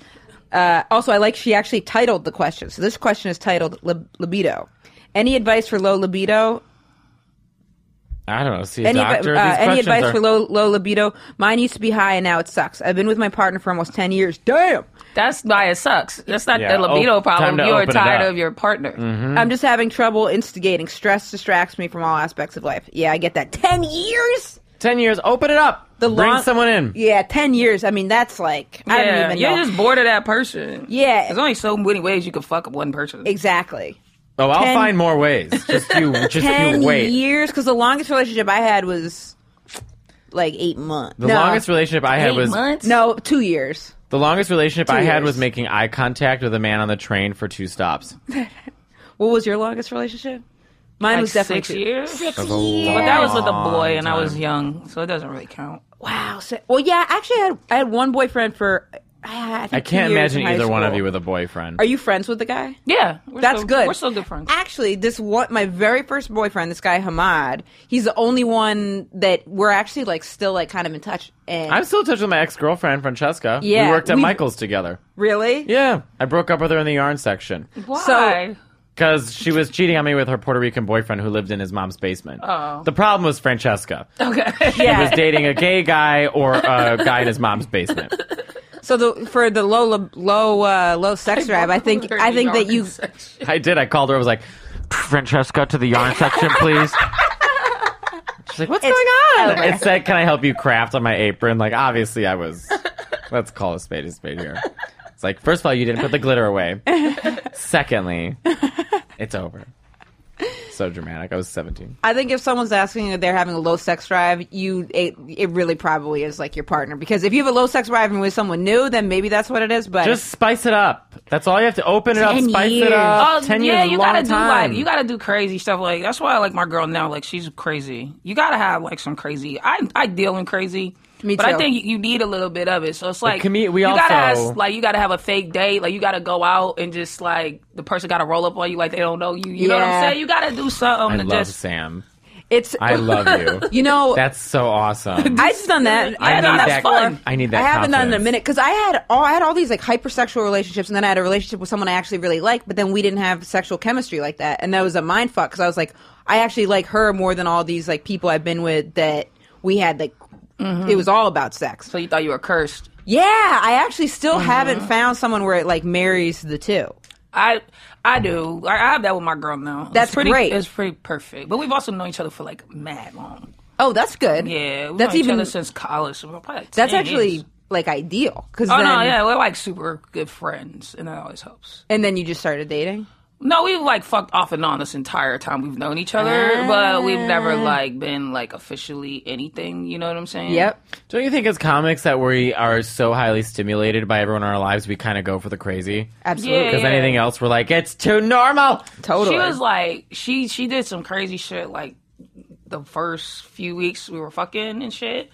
Speaker 2: uh, also, I like she actually titled the question. So this question is titled Lib- Libido. Any advice for low libido?
Speaker 1: I don't know. See a
Speaker 2: Any, advi-
Speaker 1: doctor.
Speaker 2: uh,
Speaker 1: These
Speaker 2: any
Speaker 1: questions
Speaker 2: advice
Speaker 1: are-
Speaker 2: for low low libido? Mine used to be high and now it sucks. I've been with my partner for almost 10 years. Damn!
Speaker 3: That's why it sucks. That's not
Speaker 1: Yeah,
Speaker 3: the libido
Speaker 1: op- time
Speaker 3: problem.
Speaker 1: to
Speaker 3: You are
Speaker 1: open it
Speaker 3: tired
Speaker 1: up. Mm-hmm.
Speaker 3: of your partner.
Speaker 2: I'm just having trouble instigating. Stress distracts me from all aspects of life. Yeah, I get that. 10 years?
Speaker 1: Ten years. Open it up. Bring
Speaker 2: long-
Speaker 1: someone in.
Speaker 2: Yeah, 10 years. I mean, that's like, I
Speaker 3: yeah,
Speaker 2: don't even
Speaker 3: you're
Speaker 2: know.
Speaker 3: just bored of that person.
Speaker 2: Yeah.
Speaker 3: there's only so many ways you can fuck up one person.
Speaker 2: exactly.
Speaker 1: Oh, I'll
Speaker 2: Ten-
Speaker 1: find more
Speaker 2: [laughs]
Speaker 1: ways. Just you. Just
Speaker 2: 10
Speaker 1: you wait.
Speaker 2: years? Because the longest relationship I had was like eight months.
Speaker 1: The longest relationship I had
Speaker 3: Eight
Speaker 1: was
Speaker 3: months.
Speaker 2: No, two years.
Speaker 1: the longest relationship I had
Speaker 2: years. was
Speaker 1: was making eye contact with a man on the train for two stops.
Speaker 2: What was your longest relationship? Mine
Speaker 3: like
Speaker 2: was definitely
Speaker 3: six
Speaker 2: two.
Speaker 3: years.
Speaker 1: But
Speaker 3: But that was with a boy, and I was young, so it doesn't really count.
Speaker 2: Wow. So, well, yeah, actually, I had, I had one boyfriend for I, think
Speaker 1: I can't
Speaker 2: two years
Speaker 1: imagine
Speaker 2: in high
Speaker 1: either one of
Speaker 2: school.
Speaker 1: you with a boyfriend.
Speaker 2: Are you friends with the guy?
Speaker 3: Yeah, we're
Speaker 2: That's
Speaker 3: still-
Speaker 2: good.
Speaker 3: We're still good friends.
Speaker 2: Actually, this one, my very first boyfriend, this guy Hamad, he's the only one that we're actually like still like kind of in touch. And
Speaker 1: I'm still in touch with my ex girlfriend, Francesca.
Speaker 2: Yeah,
Speaker 1: we worked at
Speaker 2: we-
Speaker 1: Michael's together.
Speaker 2: really,
Speaker 1: Yeah, I broke up with her in the yarn section
Speaker 3: Why?
Speaker 1: because she was cheating on me with her Puerto Rican boyfriend who lived in his mom's basement.
Speaker 3: Oh.
Speaker 1: The problem was Francesca.
Speaker 2: Oh.
Speaker 3: okay.
Speaker 1: He was dating a gay guy or
Speaker 2: [laughs]
Speaker 1: a guy in his mom's basement.
Speaker 2: So the for the low low uh, low sex drive, I think I think that you
Speaker 1: I did. I called her. I was like, Francesca to the yarn section,
Speaker 2: [laughs]
Speaker 1: please. She's like, what's going on?
Speaker 2: over.
Speaker 1: It said, can I help you craft on my apron? Like, obviously, I was. Let's call a spade a spade here. It's like, first of all, you didn't put the glitter away. Secondly, it's over. So dramatic. I was 17.
Speaker 2: I think if someone's asking if they're having a low sex drive, you it, it really probably is like your partner because if you have a low sex drive and with someone new, then maybe that's what it is. But
Speaker 1: Just spice it up. That's all you have to open it up,
Speaker 2: 10
Speaker 1: spice
Speaker 2: years.
Speaker 1: it up.
Speaker 3: Oh,
Speaker 1: 10
Speaker 3: yeah,
Speaker 1: years is a
Speaker 3: you
Speaker 1: long
Speaker 3: gotta do
Speaker 1: time.
Speaker 3: like you gotta do crazy stuff. Like that's why I like my girl now. Like she's crazy. You gotta have like some crazy. I I deal in crazy.
Speaker 2: Me
Speaker 3: But I
Speaker 2: too.
Speaker 3: think you- you need a little bit of it. So it's like
Speaker 1: commu- we
Speaker 3: you gotta
Speaker 1: also-
Speaker 3: ask, like you gotta have a fake date. Like you gotta go out and just like the person gotta roll up on you like they don't know you. You know what
Speaker 2: Yeah.
Speaker 3: I'm saying? You gotta do
Speaker 1: I
Speaker 3: something to
Speaker 1: love
Speaker 3: just.
Speaker 1: Sam.
Speaker 2: it's
Speaker 1: I love you.
Speaker 2: you know
Speaker 1: That's so awesome.
Speaker 3: [laughs]
Speaker 2: I just done that.
Speaker 1: I
Speaker 3: Yeah,
Speaker 1: need
Speaker 3: no, that's
Speaker 1: that.
Speaker 3: fun.
Speaker 1: I need that.
Speaker 2: I haven't done it in a
Speaker 1: confidence.
Speaker 2: minute because I had all I had all these like hypersexual relationships, and then I had a relationship with someone I actually really liked, but then we didn't have sexual chemistry like that, and that was a mind fuck because I was like, I actually like her more than all these like people I've been with that we had like
Speaker 3: Mm-hmm.
Speaker 2: it was all about sex.
Speaker 3: So you thought you were cursed.
Speaker 2: Yeah, I actually still
Speaker 3: Mm-hmm.
Speaker 2: haven't found someone where it like marries the two.
Speaker 3: I I do. I, I have that with my girl now. It's
Speaker 2: That's
Speaker 3: pretty,
Speaker 2: great.
Speaker 3: It's pretty perfect. But we've also known each other for like mad long.
Speaker 2: Oh, that's good.
Speaker 3: Yeah, we've
Speaker 2: that's
Speaker 3: known each
Speaker 2: even
Speaker 3: other since college. So probably like
Speaker 2: that's
Speaker 3: 10
Speaker 2: actually
Speaker 3: years.
Speaker 2: like ideal because
Speaker 3: Oh
Speaker 2: then
Speaker 3: no, yeah, we're like super good friends, and that always helps.
Speaker 2: and then you just started dating.
Speaker 3: No, we've like fucked off and on this entire time we've known each other, but we've never
Speaker 2: Ah.
Speaker 3: like been like officially anything. You know what I'm saying?
Speaker 2: Yep.
Speaker 1: Don't you think as comics that we are so highly stimulated by everyone in our lives, we kind of go for the crazy?
Speaker 2: Absolutely.
Speaker 1: Because
Speaker 3: Yeah.
Speaker 1: anything else, we're like, it's too normal.
Speaker 2: Totally.
Speaker 3: She was like, she she did some crazy shit like the first few weeks we were fucking and shit,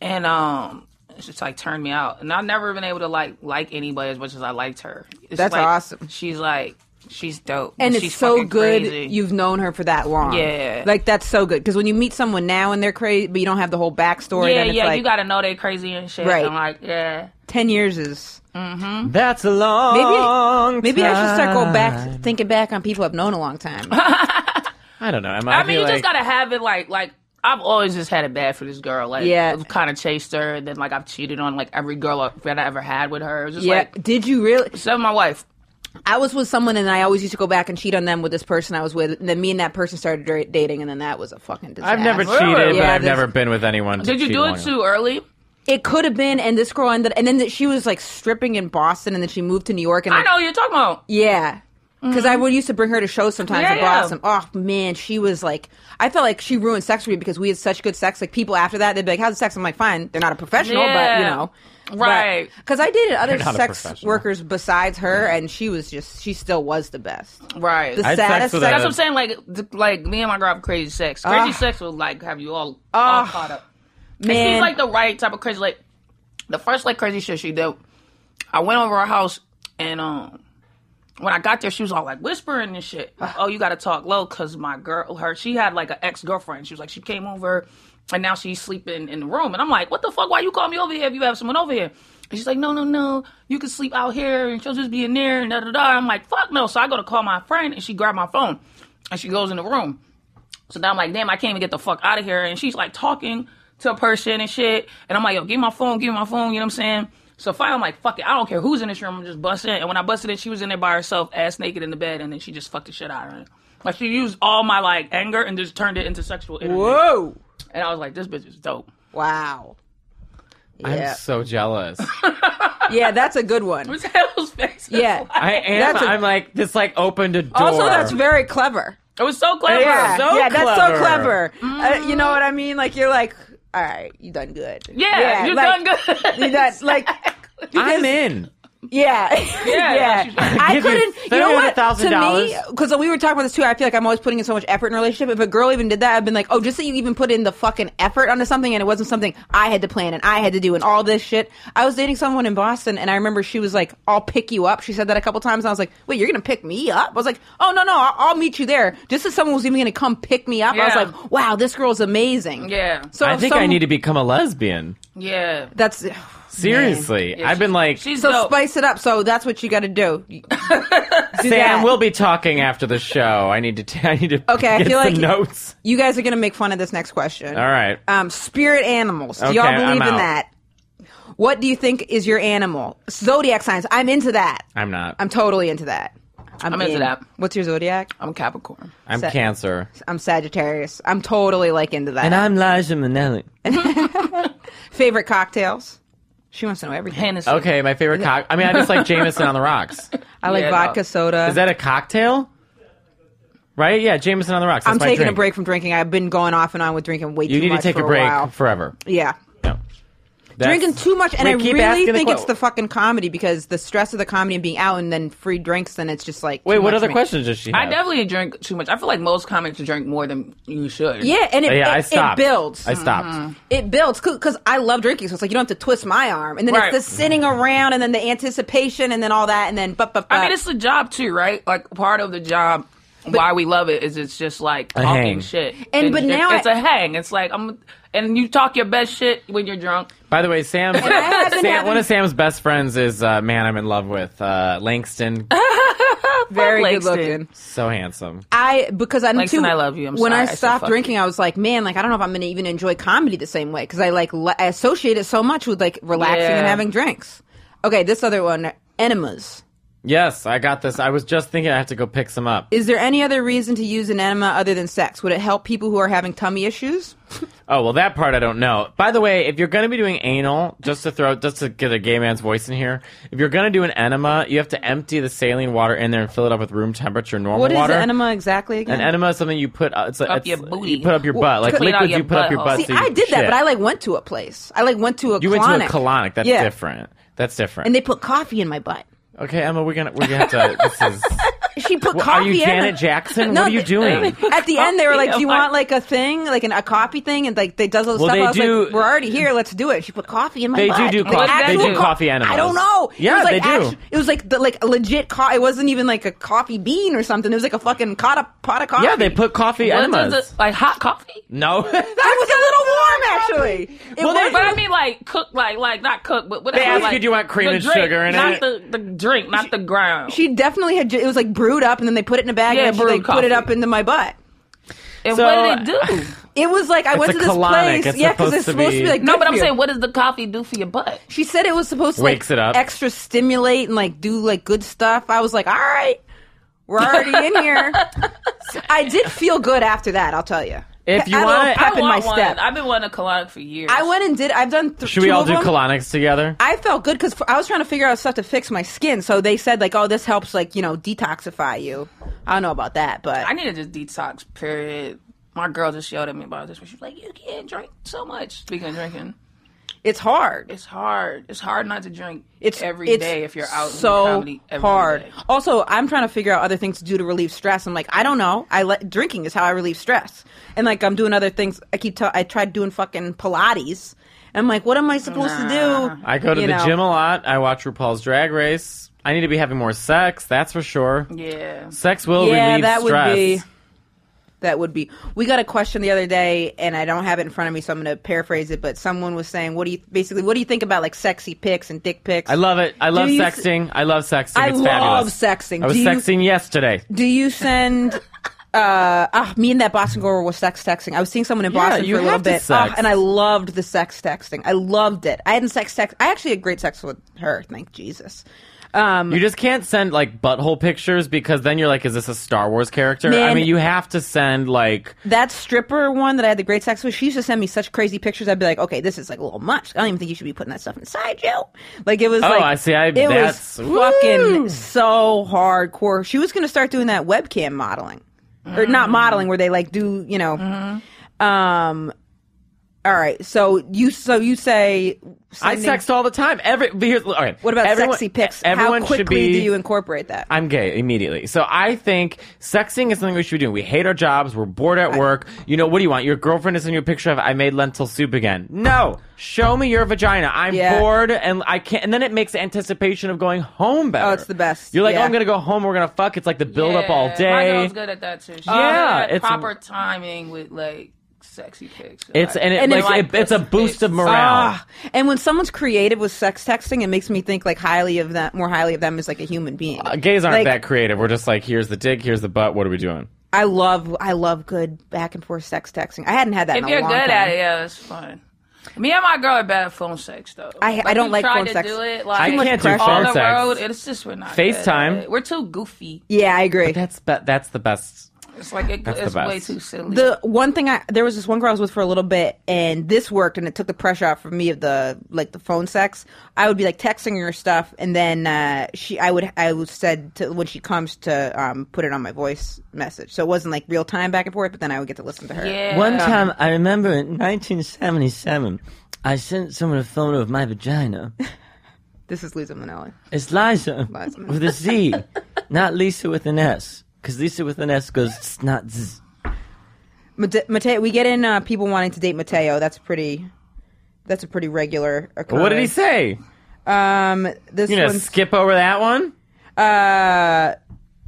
Speaker 3: and um, it's just like turned me out, and I've never been able to like like anybody as much as I liked her. It's
Speaker 2: That's
Speaker 3: like,
Speaker 2: awesome.
Speaker 3: She's like, she's dope,
Speaker 2: and
Speaker 3: but
Speaker 2: it's
Speaker 3: she's
Speaker 2: so
Speaker 3: fucking
Speaker 2: good
Speaker 3: crazy.
Speaker 2: you've known her for that long.
Speaker 3: Yeah.
Speaker 2: like that's so good because when you meet someone now and they're crazy, but you don't have the whole backstory.
Speaker 3: yeah,
Speaker 2: then it's
Speaker 3: yeah,
Speaker 2: like,
Speaker 3: you gotta know they crazy and shit.
Speaker 2: Right.
Speaker 3: I'm like, yeah.
Speaker 2: ten years is
Speaker 1: That's a long
Speaker 2: maybe. Maybe I should start going
Speaker 1: time.
Speaker 2: back, thinking back on people I've known a long time.
Speaker 1: I don't know. Am
Speaker 3: I
Speaker 1: feel
Speaker 3: mean, you
Speaker 1: like-
Speaker 3: just gotta have it like like. I've always just had it bad for this girl. Like,
Speaker 2: Yeah.
Speaker 3: I've kind of chased her, and then like I've cheated on like every girl I- that I ever had with her. It was
Speaker 2: [laughs]
Speaker 3: just
Speaker 2: yeah,
Speaker 3: like,
Speaker 2: did you really?
Speaker 3: except my wife.
Speaker 2: I was with someone and I always used to go back and cheat on them with this person I was with, and then me and that person started dra- dating, and then that was a fucking disaster.
Speaker 1: I've never
Speaker 3: Really?
Speaker 1: cheated, but
Speaker 2: Yeah,
Speaker 1: I've
Speaker 2: this-
Speaker 1: never been with anyone. to
Speaker 3: Did you
Speaker 1: cheat
Speaker 3: do
Speaker 1: along
Speaker 3: it
Speaker 1: with.
Speaker 3: too early?
Speaker 2: It could have been, and this girl ended, and then she was like stripping in Boston, and then she moved to New York, and
Speaker 3: I
Speaker 2: like,
Speaker 3: know what you're talking about.
Speaker 2: Yeah. Because I would used to bring her to shows sometimes
Speaker 3: Yeah,
Speaker 2: in
Speaker 3: yeah.
Speaker 2: Boston. Oh man, she was like, I felt like she ruined sex for me because we had such good sex. Like people after that, they'd be like, "How's the sex?" I'm like, "Fine, they're not a professional, but you
Speaker 3: Yeah.
Speaker 2: know,
Speaker 3: Right.
Speaker 2: Because I dated other
Speaker 1: They're not a
Speaker 2: sex
Speaker 1: professional.
Speaker 2: workers besides her, and she was just, she still was the best.
Speaker 3: Right.
Speaker 2: The
Speaker 1: had sex
Speaker 2: saddest.
Speaker 1: with a-
Speaker 2: sex-
Speaker 3: That's what I'm saying. Like, th- like me and my girl have crazy sex. Crazy
Speaker 2: Ah.
Speaker 3: sex will like have you all, all caught up.
Speaker 2: man.
Speaker 3: She's like the right type of crazy. Like the first like crazy shit she did. I went over her house and um. When I got there, she was all like whispering and shit. Like, oh, you gotta talk low, cause my girl, her, she had like an ex girlfriend. She was like, she came over, and now she's sleeping in the room. And I'm like, what the fuck? Why you call me over here if you have someone over here? And she's like, no, no, no, you can sleep out here, and she'll just be in there, and da da da. I'm like, fuck no. So I go to call my friend, and she grabbed my phone, and she goes in the room. So now I'm like, damn, I can't even get the fuck out of here. And she's like talking to a person and shit. And I'm like, yo, give me my phone, give me my phone. You know what I'm saying? So finally, I'm like, fuck it. I don't care who's in this room. I'm just bust in. And when I busted in, she was in there by herself, ass naked in the bed. And then she just fucked the shit out of her. Like, she used all my, like, anger and just turned it into sexual energy.
Speaker 2: whoa,
Speaker 3: And I was like, this bitch is dope. [laughs]
Speaker 2: wow, yeah,
Speaker 1: I'm so jealous.
Speaker 2: yeah, that's a good one.
Speaker 3: Taylor's face is
Speaker 2: Yeah.
Speaker 3: like-
Speaker 1: I am.
Speaker 2: That's a-
Speaker 1: I'm like this. Like opened a door.
Speaker 2: Also, that's very clever.
Speaker 3: it was so clever.
Speaker 2: Yeah,
Speaker 1: so
Speaker 2: yeah, that's so
Speaker 1: clever.
Speaker 2: clever. Uh, you know what I mean? Like you're like, all right, you done good.
Speaker 3: Yeah, you
Speaker 2: like,
Speaker 3: done good.
Speaker 2: You done like.
Speaker 1: I'm in.
Speaker 2: Yeah, [laughs] yeah.
Speaker 3: she's
Speaker 2: I
Speaker 1: Give you
Speaker 2: couldn't. You know what? To
Speaker 1: $700,000.
Speaker 2: me, because we were talking about this too. I feel like I'm always putting in so much effort in a relationship. If a girl even did that, I've been like, oh, just that you even put in the fucking effort onto something, and it wasn't something I had to plan and I had to do and all this shit. I was dating someone in Boston, and I remember she was like, "I'll pick you up." She said that a couple times, and I was like, "Wait, you're gonna pick me up?" I was like, "Oh no, no, I'll, I'll meet you there." Just that someone was even gonna come pick me up, I was
Speaker 3: Yeah.
Speaker 2: like, "Wow, this girl's amazing."
Speaker 3: Yeah.
Speaker 2: So
Speaker 1: I think I
Speaker 2: some-
Speaker 1: need to become a lesbian.
Speaker 3: Yeah.
Speaker 2: That's
Speaker 1: Seriously, I've been like,
Speaker 3: She's
Speaker 2: So
Speaker 3: dope.
Speaker 2: spice it up. So that's what you got to
Speaker 3: [laughs]
Speaker 2: do. Do
Speaker 1: Sam,
Speaker 2: that.
Speaker 1: we'll be talking after the show. I need to. [laughs] T- I need to.
Speaker 2: Okay, I
Speaker 1: get
Speaker 2: feel
Speaker 1: some
Speaker 2: like-
Speaker 1: notes.
Speaker 2: You guys are going to make fun of this next question.
Speaker 1: All right.
Speaker 2: Um, spirit animals. Do y'all
Speaker 1: Okay, I'm
Speaker 2: believe in
Speaker 1: out.
Speaker 2: that? What do you think is your animal? Zodiac signs. I'm into that.
Speaker 1: I'm not.
Speaker 2: I'm
Speaker 1: I'm,
Speaker 2: totally into that.
Speaker 3: I'm into
Speaker 2: in.
Speaker 3: that.
Speaker 2: What's your zodiac?
Speaker 3: I'm Capricorn.
Speaker 2: set.
Speaker 1: cancer,
Speaker 2: I'm Sagittarius. I'm totally like into that.
Speaker 1: and I'm Liza Minnelli.
Speaker 2: Favorite cocktails? She wants to know everything.
Speaker 3: Hennessy.
Speaker 1: Okay, my favorite cock. I mean, I just
Speaker 2: [laughs]
Speaker 1: like Jameson on the rocks.
Speaker 2: I like
Speaker 3: Yeah,
Speaker 2: vodka
Speaker 3: no.
Speaker 2: soda.
Speaker 1: Is that a cocktail? Right? Yeah, Jameson on the rocks. That's
Speaker 2: I'm
Speaker 1: my
Speaker 2: taking
Speaker 1: drink.
Speaker 2: a break from drinking. I've been going off and on with drinking way
Speaker 1: You
Speaker 2: too
Speaker 1: need to
Speaker 2: much
Speaker 1: take
Speaker 2: for
Speaker 1: a break
Speaker 2: while.
Speaker 1: forever.
Speaker 2: Yeah.
Speaker 1: No. That's-
Speaker 2: drinking too much, and
Speaker 1: We
Speaker 2: I
Speaker 1: keep
Speaker 2: really
Speaker 1: asking the
Speaker 2: think
Speaker 1: que-
Speaker 2: it's the fucking comedy because the stress of the comedy and being out and then free drinks, then it's just like.
Speaker 1: Wait,
Speaker 2: too
Speaker 1: what
Speaker 2: much
Speaker 1: other
Speaker 2: for me.
Speaker 1: questions does she have?
Speaker 3: I definitely drink too much. I feel like most comics drink more than you should.
Speaker 2: Yeah, and it,
Speaker 1: Oh, Yeah, I
Speaker 2: it, it
Speaker 1: stopped.
Speaker 2: builds. Mm-hmm.
Speaker 1: I stopped.
Speaker 2: it builds because I love drinking, so it's like you don't have to twist my arm, and then
Speaker 3: Right.
Speaker 2: it's the sitting around, and then the anticipation, and then all that, and then but but.
Speaker 3: I mean, it's the job too, right? Like part of the job, why we love it is it's just like
Speaker 1: A
Speaker 3: talking
Speaker 1: hang.
Speaker 3: shit.
Speaker 2: And
Speaker 3: It's-
Speaker 2: but
Speaker 3: it's-
Speaker 2: now
Speaker 3: it's,
Speaker 2: I-
Speaker 3: a hang. It's like I'm, and you talk your best shit when you're drunk.
Speaker 1: By the way, Sam,
Speaker 2: I've been
Speaker 1: Sam
Speaker 2: having-
Speaker 1: one of Sam's best friends is uh, man I'm in love with, uh,
Speaker 2: [laughs]
Speaker 1: Langston.
Speaker 2: very good
Speaker 3: Langston.
Speaker 2: looking.
Speaker 1: so handsome.
Speaker 2: I because I'm
Speaker 3: Langston,
Speaker 2: too.
Speaker 3: I love you. I'm
Speaker 2: when
Speaker 3: sorry. I
Speaker 2: I
Speaker 3: said
Speaker 2: stopped
Speaker 3: fuck
Speaker 2: drinking, I was like, man, like I don't know if I'm gonna even enjoy comedy the same way because I like le- I associate it so much with like relaxing and
Speaker 3: Yeah.
Speaker 2: having drinks. Okay, this other one, enemas.
Speaker 1: Yes, I got this. I was just thinking I have to go pick some up.
Speaker 2: Is there any other reason to use an enema other than sex? Would it help people who are having tummy issues?
Speaker 1: Oh well, that part I don't know. By the way, if you're going to be doing anal, just to throw, just to get a gay man's voice in here, if you're going to do an enema, you have to empty the saline water in there and fill it up with room temperature normal
Speaker 2: What is
Speaker 1: water.
Speaker 2: an enema exactly again?
Speaker 1: An enema is something you put uh, it's like,
Speaker 3: Up
Speaker 1: it's,
Speaker 3: your booty.
Speaker 1: You put up your
Speaker 2: Well,
Speaker 1: butt, like
Speaker 2: clean
Speaker 1: liquids.
Speaker 3: out your
Speaker 1: You put up your
Speaker 3: butthole.
Speaker 1: butt.
Speaker 2: See,
Speaker 1: so you
Speaker 2: I did that,
Speaker 1: shit.
Speaker 2: but I like went to a place. I like went to a
Speaker 1: You
Speaker 2: colonic.
Speaker 1: went to a colonic. That's
Speaker 2: Yeah.
Speaker 1: different. That's different.
Speaker 2: and they put coffee in my butt.
Speaker 1: okay, Emma, we're gonna we're gonna have
Speaker 2: [laughs]
Speaker 1: to. This is.
Speaker 2: She put
Speaker 1: Well,
Speaker 2: coffee.
Speaker 1: are you
Speaker 2: in
Speaker 1: Janet
Speaker 2: the- [laughs]
Speaker 1: Jackson?
Speaker 2: No,
Speaker 1: what are you
Speaker 2: they-
Speaker 1: doing?
Speaker 2: At the end, they were like, "Do you
Speaker 3: Coffee in
Speaker 2: want
Speaker 3: my-
Speaker 2: like a thing, like an, a coffee thing?" And like they does all this
Speaker 1: Well,
Speaker 2: stuff.
Speaker 1: they
Speaker 2: I was
Speaker 1: do-
Speaker 2: like, "We're already here. Let's do it." She put coffee in my
Speaker 1: They do
Speaker 2: butt.
Speaker 1: do
Speaker 2: Like,
Speaker 1: coffee-
Speaker 3: they
Speaker 2: actual
Speaker 3: do
Speaker 2: co-
Speaker 1: coffee
Speaker 2: I
Speaker 1: animals.
Speaker 2: don't know.
Speaker 1: Yeah,
Speaker 2: it was, like,
Speaker 1: they do.
Speaker 2: actu- it was like the, like legit. Co- it wasn't even like a coffee bean or something. It was like a fucking pot of, pot of coffee.
Speaker 1: yeah, they put coffee
Speaker 3: What
Speaker 1: enemas.
Speaker 3: does it- like hot coffee?
Speaker 1: no, [laughs]
Speaker 2: I was a little warm actually. It
Speaker 1: Well, they
Speaker 2: was-
Speaker 3: But I mean, like cook, like like not cook, but whatever.
Speaker 1: They ask
Speaker 3: like,
Speaker 1: you, do you want cream
Speaker 3: the
Speaker 1: and
Speaker 3: drink,
Speaker 1: sugar in
Speaker 3: not
Speaker 1: it?
Speaker 3: the, the drink, not the ground.
Speaker 2: she definitely had. ju- It was like brewed up, and then they put it in a bag,
Speaker 3: Yeah,
Speaker 2: and then she
Speaker 3: brewed
Speaker 2: like put it
Speaker 3: coffee.
Speaker 2: up into my butt.
Speaker 3: and
Speaker 1: So- uh,
Speaker 3: what did it do?
Speaker 2: It was like I went
Speaker 1: a
Speaker 2: to this
Speaker 1: colonic.
Speaker 2: place,
Speaker 1: It's
Speaker 2: yeah, because
Speaker 1: supposed
Speaker 2: it's
Speaker 1: to
Speaker 2: supposed to be
Speaker 1: be-
Speaker 2: like.
Speaker 3: no,
Speaker 2: good
Speaker 3: but
Speaker 2: for
Speaker 3: I'm
Speaker 2: you.
Speaker 3: saying, what does the coffee do for your butt?
Speaker 2: She said it was supposed to
Speaker 1: Wakes it
Speaker 2: like
Speaker 1: up.
Speaker 2: extra stimulate and like do like good stuff. I was like, all right, we're already
Speaker 1: [laughs]
Speaker 2: in here. I did feel good after that. I'll tell you.
Speaker 1: If you
Speaker 2: I had a little
Speaker 1: want-
Speaker 2: pep
Speaker 3: I
Speaker 2: in my
Speaker 3: want one.
Speaker 2: step.
Speaker 3: I've been wanting a colonic for years.
Speaker 2: I went and did. I've done. Th-
Speaker 1: should we
Speaker 2: two
Speaker 1: all
Speaker 2: of
Speaker 1: do
Speaker 2: them.
Speaker 1: colonics together?
Speaker 2: I felt good because I was trying to figure out stuff to fix my skin. So they said like, oh, this helps like you know detoxify you. I don't know about that, but
Speaker 3: I need to just detox. Period. My girl just yelled at me about this. She was like, "You can't drink so much." Speaking of drinking,
Speaker 2: it's hard.
Speaker 3: it's hard. It's hard not to drink.
Speaker 2: It's
Speaker 3: every
Speaker 2: it's
Speaker 3: day if you're out. in
Speaker 2: So
Speaker 3: comedy every
Speaker 2: hard.
Speaker 3: day.
Speaker 2: Also, I'm trying to figure out other things to do to relieve stress. I'm like, I don't know. I let drinking is how I relieve stress, and like I'm doing other things. I keep. Tell- I tried doing fucking Pilates. I'm like, what am I supposed to do?
Speaker 1: I go to
Speaker 2: You
Speaker 1: the
Speaker 2: know.
Speaker 1: gym a lot. I watch RuPaul's Drag Race. I need to be having more sex. That's for sure.
Speaker 3: Yeah.
Speaker 1: Sex will
Speaker 2: yeah,
Speaker 1: relieve
Speaker 2: that
Speaker 1: stress.
Speaker 2: would be. That would be. We got a question the other day, and I don't have it in front of me, so I'm going to paraphrase it. But someone was saying, "What do you basically? What do you think about like sexy pics and dick pics?"
Speaker 1: I love it. I love
Speaker 2: you
Speaker 1: sexting. I love sexting.
Speaker 2: I
Speaker 1: it's
Speaker 2: love
Speaker 1: fabulous.
Speaker 2: sexting.
Speaker 1: I was
Speaker 2: do you
Speaker 1: sexting yesterday.
Speaker 2: Do you send? Uh, ah, me and that Boston girl were sex texting. I was seeing someone in
Speaker 1: Yeah,
Speaker 2: Boston
Speaker 1: you
Speaker 2: for a little
Speaker 1: have to
Speaker 2: bit, Ah,
Speaker 1: sext.
Speaker 2: and I loved the sex texting. I loved it. I hadn't sex text. I actually had great sex with her. Thank Jesus. Um,
Speaker 1: You just can't send like butthole pictures because then you're like, is this a Star Wars character? I
Speaker 2: Man.
Speaker 1: mean, you have to send like
Speaker 2: that stripper one that I had the great sex with, she used to send me such crazy pictures. I'd be like, okay, this is like a little much. I don't even think you should be putting that stuff inside you. Like it was.
Speaker 1: Oh,
Speaker 2: like,
Speaker 1: I see. I-
Speaker 2: it
Speaker 1: that's-
Speaker 2: was
Speaker 1: Woo!
Speaker 2: fucking so hardcore. She was going to start doing that webcam
Speaker 1: Mm-hmm.
Speaker 2: modeling, or not modeling, where they like do you know. Um, All right. So you so you say
Speaker 1: I
Speaker 2: sending-
Speaker 1: sext all the time. Every here's, all right.
Speaker 2: What about
Speaker 1: Everyone-
Speaker 2: sexy pics?
Speaker 1: Everyone
Speaker 2: How
Speaker 1: should
Speaker 2: quickly
Speaker 1: be,
Speaker 2: do you incorporate that?
Speaker 1: I'm gay immediately. So I think sexting is something we should be doing. We hate our jobs. We're bored at work. You know, what do you want? Your girlfriend is in your picture of I made lentil soup again. No, show me your vagina. I'm
Speaker 2: Yeah.
Speaker 1: bored and I can't. And then it makes anticipation of going home better.
Speaker 2: Oh, it's the best.
Speaker 1: You're like,
Speaker 2: Yeah.
Speaker 1: oh, I'm gonna go home. We're gonna fuck. It's like the build up all day.
Speaker 3: My girl's good at that too. She
Speaker 1: Yeah,
Speaker 3: had
Speaker 1: it's-
Speaker 3: proper timing with like sexy pics.
Speaker 1: It's and, it,
Speaker 2: And
Speaker 1: like, it-
Speaker 2: it's-
Speaker 1: it's a boost of morale.
Speaker 2: Ah, and when someone's creative with sex texting, it makes me think like highly of them, more highly of them as like a human being.
Speaker 1: Uh, Gays aren't
Speaker 2: Like,
Speaker 1: that creative. We're just like, here's the dick, here's the butt. What are we doing?
Speaker 2: I love, I love good back and forth sex texting. I hadn't had that.
Speaker 3: If
Speaker 2: in a
Speaker 3: you're good
Speaker 2: long time.
Speaker 3: at it, yeah, that's fun. Me and my girl are bad at phone sex though.
Speaker 2: I- I don't
Speaker 3: we
Speaker 2: like
Speaker 3: tried
Speaker 2: phone
Speaker 3: to
Speaker 2: sex.
Speaker 3: Do it, like,
Speaker 1: I can't do
Speaker 3: on
Speaker 1: phone
Speaker 3: the
Speaker 1: sex.
Speaker 3: Road, it's just we're not.
Speaker 1: FaceTime.
Speaker 3: good at it. We're too goofy.
Speaker 2: yeah, I agree.
Speaker 1: That's be- that's the best.
Speaker 3: It's like it,
Speaker 1: That's the
Speaker 3: it's
Speaker 1: best.
Speaker 3: way too silly.
Speaker 2: the one thing I there was this one girl I was with for a little bit, and this worked, and it took the pressure off for me of the like the phone sex. I would be like texting her stuff, and then uh, she I would I would said to, when she comes to um, put it on my voice message, so it wasn't like real time back and forth, but then I would get to listen to her.
Speaker 3: yeah.
Speaker 4: One
Speaker 1: um,
Speaker 4: time, I remember in 1977, I sent someone a photo of my
Speaker 1: [laughs]
Speaker 4: vagina.
Speaker 2: This is Lisa Minnelli.
Speaker 4: It's Liza
Speaker 2: Liza.
Speaker 4: with
Speaker 1: [laughs]
Speaker 4: a Z, not Lisa with an S. Because Lisa with an S goes, it's not Z.
Speaker 2: Mate- Mateo, we get in uh, people wanting to date Mateo. That's pretty. That's a pretty regular occurrence.
Speaker 1: What did he say?
Speaker 2: Um, this
Speaker 1: You gonna
Speaker 2: one's-
Speaker 1: skip over that one?
Speaker 2: uh,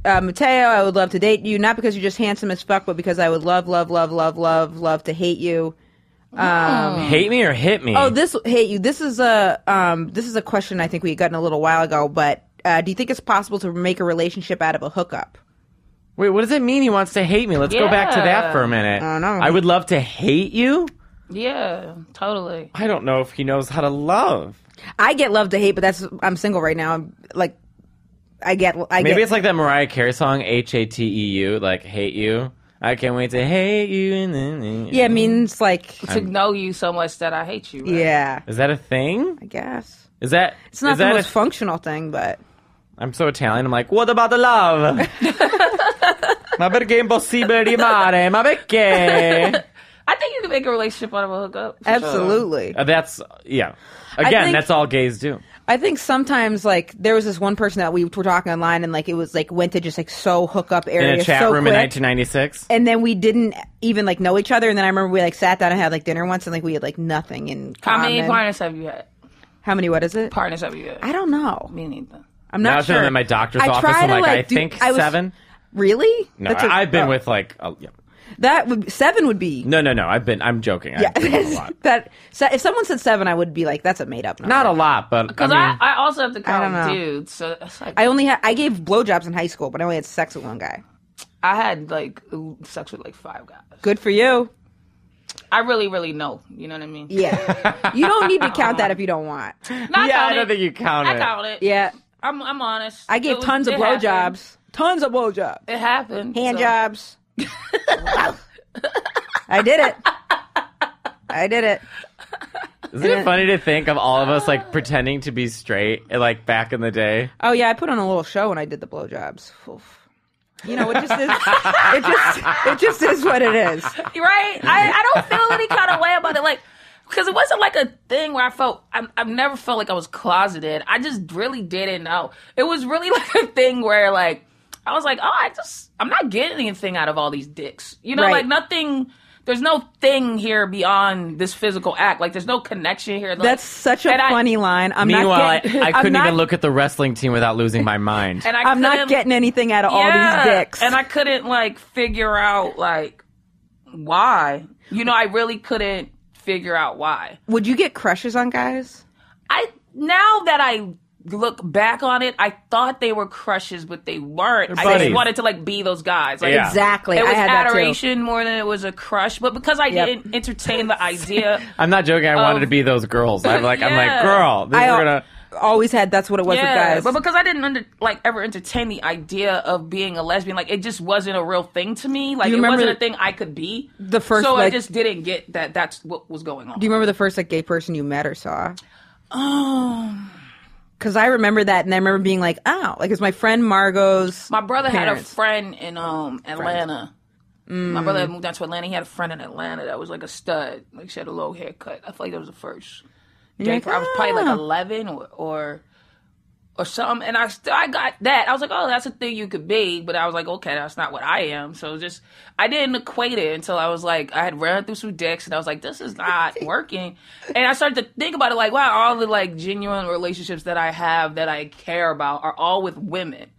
Speaker 2: uh, Mateo, I would love to date you, not because you're just handsome as fuck, but because I would love, love, love, love, love, love to hate you.
Speaker 1: Hate me or hit me?
Speaker 2: Mm. Oh, this hate you. This is a um, this is a question I think we had gotten a little while ago. But uh, do you think it's possible to make a relationship out of a hookup?
Speaker 1: Wait, what does it mean he wants to hate me? Let's go back to that
Speaker 3: Yeah.
Speaker 1: for a minute.
Speaker 4: Uh,
Speaker 2: I don't know.
Speaker 1: I would love to hate you.
Speaker 3: yeah, totally.
Speaker 1: I don't know if he knows how to love.
Speaker 2: I get love to hate, but that's I'm single right now. I'm like, I get I
Speaker 1: Maybe
Speaker 2: get,
Speaker 1: it's like that Mariah Carey song, H A T E U, like hate you. I can't wait to hate you. and then-
Speaker 2: yeah, it means like
Speaker 3: To know you so much that I hate you. Right?
Speaker 2: yeah,
Speaker 1: Is that a thing?
Speaker 2: I guess
Speaker 1: Is that?
Speaker 2: it's not
Speaker 1: is
Speaker 2: the
Speaker 1: that
Speaker 2: most
Speaker 1: a-
Speaker 2: functional thing, but
Speaker 1: I'm so Italian. I'm like, what about the
Speaker 2: [laughs]
Speaker 1: love? Ma perché è impossibile rimare? Ma perché?
Speaker 3: I think you can make a relationship out of a hookup. for sure.
Speaker 2: absolutely.
Speaker 1: Uh, That's yeah. Again,
Speaker 2: think-
Speaker 1: that's all gays do.
Speaker 2: I think sometimes like there was this one person that we were talking online and like it was like went to just like so hookup
Speaker 1: In
Speaker 2: area
Speaker 1: a chat
Speaker 2: so
Speaker 1: room
Speaker 2: quick,
Speaker 1: in 1996.
Speaker 2: and then we didn't even like know each other and then I remember we like sat down and had like dinner once and like we had like nothing in
Speaker 3: How
Speaker 2: common.
Speaker 3: many partners have you had?
Speaker 2: How many? What is it?
Speaker 3: Partners have you had?
Speaker 2: I don't know.
Speaker 3: Me neither.
Speaker 2: I'm
Speaker 1: Now
Speaker 2: not
Speaker 1: I've done
Speaker 2: sure.
Speaker 1: them at my doctor's
Speaker 2: I
Speaker 1: office,
Speaker 2: try
Speaker 1: I'm
Speaker 2: to,
Speaker 1: like, I
Speaker 2: do-
Speaker 1: think
Speaker 2: was-
Speaker 1: seven.
Speaker 2: Really?
Speaker 1: No,
Speaker 2: That's a-
Speaker 1: i I've been
Speaker 2: oh.
Speaker 1: with like a, yeah.
Speaker 2: that. Would, seven would be [laughs]
Speaker 1: no, no, no. I've been. I'm joking.
Speaker 2: yeah.
Speaker 1: I've been with a
Speaker 2: [laughs]
Speaker 1: lot.
Speaker 2: that so if someone said seven, I would be like, that's a made up number.
Speaker 1: Not a lot, but I
Speaker 3: Because
Speaker 1: mean,
Speaker 3: I, I, also have to
Speaker 2: don't know.
Speaker 3: count dudes. So it's like
Speaker 2: I only had I gave blowjobs in high school, but I only had sex with one guy.
Speaker 3: I had like sex with like five guys.
Speaker 2: Good for you.
Speaker 3: I really, really know. You know what I mean?
Speaker 2: Yeah. [laughs] you don't need to count that if you don't want.
Speaker 3: Not
Speaker 1: yeah, I
Speaker 3: count
Speaker 1: don't
Speaker 3: it.
Speaker 1: think you count
Speaker 3: I
Speaker 1: it.
Speaker 3: count it.
Speaker 2: Yeah.
Speaker 3: I'm, I'm honest.
Speaker 2: I gave
Speaker 3: It was-
Speaker 2: tons of
Speaker 3: it happened.
Speaker 2: blowjobs. Tons of blowjobs.
Speaker 3: It happened.
Speaker 2: Hand
Speaker 3: so- [laughs]
Speaker 2: jobs. I did it. I did it.
Speaker 1: Isn't it funny to think of all of us
Speaker 3: Oh.
Speaker 1: like pretending to be straight, like back in the day?
Speaker 2: Oh yeah, I put on a little show when I did the blowjobs. Oof. You know, it just is. It just it just is what it is.
Speaker 3: Right? I, I don't feel any kind of way about it. Like, because it wasn't like a thing where I felt, I, I've never felt like I was closeted. I just really didn't know. It was really [laughs] like a thing where, like, I was like, oh, I just, I'm not getting anything out of all these dicks. You know,
Speaker 2: Right.
Speaker 3: like, nothing. There's no thing here beyond this physical act. Like, there's no connection here. Like,
Speaker 2: That's such a
Speaker 3: and I-
Speaker 2: funny line. I'm
Speaker 1: Meanwhile,
Speaker 2: not
Speaker 3: [laughs]
Speaker 2: getting,
Speaker 1: I, I
Speaker 2: I'm
Speaker 1: couldn't
Speaker 2: not-
Speaker 1: even look at the wrestling team without losing my mind.
Speaker 3: And I
Speaker 2: I'm not
Speaker 3: couldn't-
Speaker 2: getting anything out of all these dicks.
Speaker 3: And I couldn't like figure out like why. You know, I really couldn't figure out why.
Speaker 2: Would you get crushes on guys?
Speaker 3: I now that I look back on it, I thought they were crushes, but they weren't. I
Speaker 1: buddies.
Speaker 3: just wanted to like be those guys. Like,
Speaker 1: Yeah.
Speaker 2: Exactly.
Speaker 3: It was
Speaker 2: I had that
Speaker 3: adoration more than it was a crush, but because I
Speaker 2: Yep.
Speaker 3: didn't
Speaker 2: [laughs]
Speaker 3: entertain the idea,
Speaker 1: I'm not joking. I wanted
Speaker 3: Of-
Speaker 1: to be those girls. I'm like, I'm like,
Speaker 3: Oh. Yeah.
Speaker 1: girl, this
Speaker 2: I
Speaker 1: is
Speaker 2: al-
Speaker 1: gonna.
Speaker 2: too. Always had that's what it was with
Speaker 3: yeah,
Speaker 2: guys.
Speaker 3: but because I didn't under, like ever entertain the idea of being a lesbian, like it just wasn't a real thing to me. Like
Speaker 2: You
Speaker 3: it
Speaker 2: remember
Speaker 3: wasn't a thing I could be.
Speaker 2: the first,
Speaker 3: so I
Speaker 2: like-
Speaker 3: just didn't get that. That's what was going on.
Speaker 2: Do you remember the first like gay person you met or saw?
Speaker 3: Um,
Speaker 2: Because I remember that, and I remember being like, "Oh, like it's my friend Margot's."
Speaker 3: my brother had a
Speaker 2: Parents.
Speaker 3: friend in um Atlanta My brother had moved down to Atlanta. He had a friend in Atlanta that was like a stud. Like she had a low haircut. I feel like that was the first. Gay
Speaker 2: like,
Speaker 3: pr- I was probably like
Speaker 2: "Ah."
Speaker 3: eleven or or, or something. And I still I got that. I was like, oh, that's a thing you could be. But I was like, okay, that's not what I am. So it was just I didn't equate it until I was like I had run through some dicks and I was like, this is not working. And I started to think about it like, wow, all the like genuine relationships that I have that I care about are all with women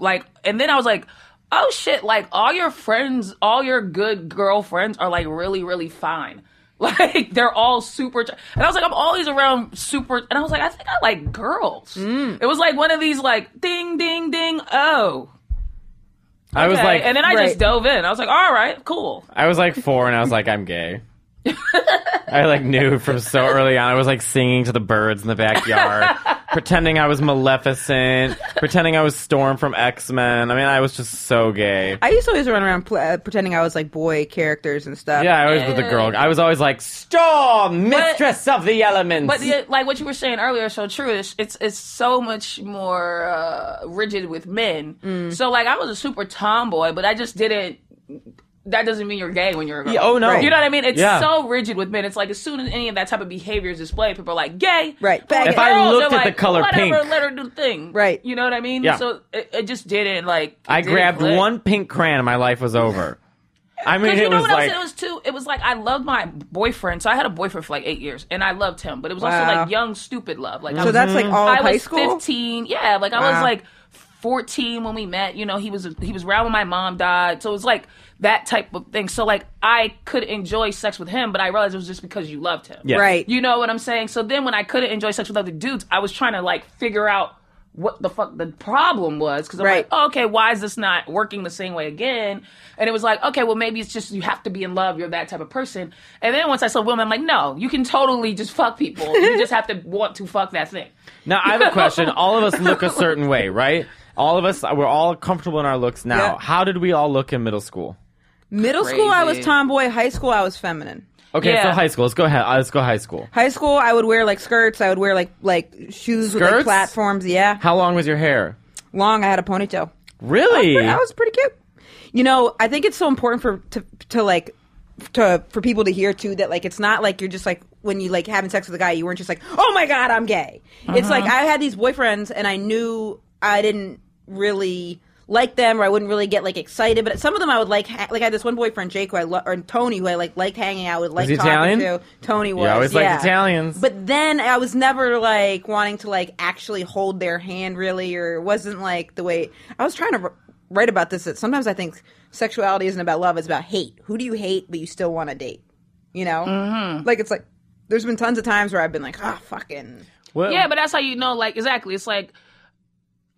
Speaker 3: like and then i was like oh shit like all your friends all your good girlfriends are like really really fine [laughs] like they're all super ch- and i was like i'm always around super and i was like i think i like girls
Speaker 1: Mm.
Speaker 3: it was like one of these like ding ding ding oh
Speaker 1: I was
Speaker 3: okay.
Speaker 1: like,
Speaker 3: and then i
Speaker 2: right.
Speaker 3: just dove in i was like all right cool
Speaker 1: I was like four, and I was like, I'm
Speaker 3: [laughs]
Speaker 1: gay. I like knew from so early on. I was like singing to the birds in the
Speaker 3: [laughs]
Speaker 1: backyard, pretending I was Maleficent, pretending I was Storm from X Men. I mean, I was just so gay.
Speaker 2: I used to always run around pl- uh, pretending I was like boy characters and stuff.
Speaker 1: yeah, I always was the girl. I was always like Storm, mistress of the elements.
Speaker 3: But the, like what you were saying earlier, is so true. It's it's, it's so much more uh, rigid with men.
Speaker 1: Mm.
Speaker 3: So like I was a super tomboy, but I just didn't. That doesn't mean you're gay when you're a girl.
Speaker 1: Yeah, oh, no.
Speaker 3: You know what I mean? It's
Speaker 1: Yeah.
Speaker 3: so rigid with men. It's like as soon as any of that type of behavior is displayed, people are like gay.
Speaker 2: Right.
Speaker 3: Or
Speaker 2: If
Speaker 3: girls
Speaker 1: I
Speaker 3: are
Speaker 1: looked at the color
Speaker 3: whatever,
Speaker 1: pink.
Speaker 3: let her do the thing.
Speaker 2: Right.
Speaker 3: You know what I mean?
Speaker 1: Yeah.
Speaker 3: So it, it just didn't like. it
Speaker 1: I
Speaker 3: didn't
Speaker 1: grabbed
Speaker 3: click.
Speaker 1: one pink crayon, and my life was over. I mean,
Speaker 3: Because you
Speaker 1: it
Speaker 3: know
Speaker 1: was
Speaker 3: what
Speaker 1: like
Speaker 3: else? It was too. It was like I loved my boyfriend, so I had a boyfriend for like eight years, and I loved him. But it was
Speaker 2: Wow.
Speaker 3: also like young, stupid love.
Speaker 1: Mm-hmm.
Speaker 3: Like I
Speaker 2: So
Speaker 3: was,
Speaker 2: that's like all
Speaker 3: I
Speaker 2: of high
Speaker 3: was
Speaker 2: school.
Speaker 3: fifteen. Yeah, like I
Speaker 2: Wow.
Speaker 3: was like fourteen when we met. You know, he was he was around when my mom died, so it was like that type of thing. So like I could enjoy sex with him, but I realized it was just because you loved him.
Speaker 1: Yeah.
Speaker 2: Right.
Speaker 3: You know what I'm saying? So then when I couldn't enjoy sex with other dudes, I was trying to like figure out what the fuck the problem was because I'm
Speaker 2: Right.
Speaker 3: like, oh, okay, why is this not working the same way again? And it was like, okay, well maybe it's just you have to be in love. You're that type of person. And then once I saw women, I'm like, no, you can totally just fuck people.
Speaker 2: [laughs]
Speaker 3: you just have to want to fuck that thing.
Speaker 1: Now I have a question. all of us look a certain way, right? All of us, we're all comfortable in our looks now.
Speaker 2: Yeah.
Speaker 1: How did we all look in middle school?
Speaker 2: Middle school, I was
Speaker 3: Crazy.
Speaker 2: tomboy. High school, I was feminine.
Speaker 1: Okay, so
Speaker 3: Yeah.
Speaker 1: high school. Let's go ahead. Uh, Let's go high school.
Speaker 2: High school, I would wear like skirts. I would wear like like shoes with like
Speaker 1: Skirts?
Speaker 2: platforms. Yeah,
Speaker 1: How long was your hair?
Speaker 2: long. I had a ponytail.
Speaker 1: Really?
Speaker 2: I was pretty cute. You know, I think it's so important for to to like to for people to hear too that like it's not like you're just like when you like having sex with a guy you weren't just like oh my god I'm gay. It's
Speaker 1: Uh-huh.
Speaker 2: like I had these boyfriends and I knew I didn't really like them or I wouldn't really get like excited. But some of them I would like ha- like I had this one boyfriend Jake who I lo- or Tony who I like liked hanging out with, like
Speaker 1: he
Speaker 2: talking
Speaker 1: Italian?
Speaker 2: to. Tony was
Speaker 1: You always
Speaker 2: yeah.
Speaker 1: liked Italians.
Speaker 2: But then I was never like wanting to like actually hold their hand really, or it wasn't like the way I was trying to r- write about this. That sometimes I think sexuality isn't about love; it's about hate. Who do you hate but you still want to date? You know,
Speaker 1: Mm-hmm.
Speaker 2: like it's like there's been tons of times where I've been like, ah, fucking.
Speaker 1: Well,
Speaker 3: Yeah, but that's how you know, like exactly. It's like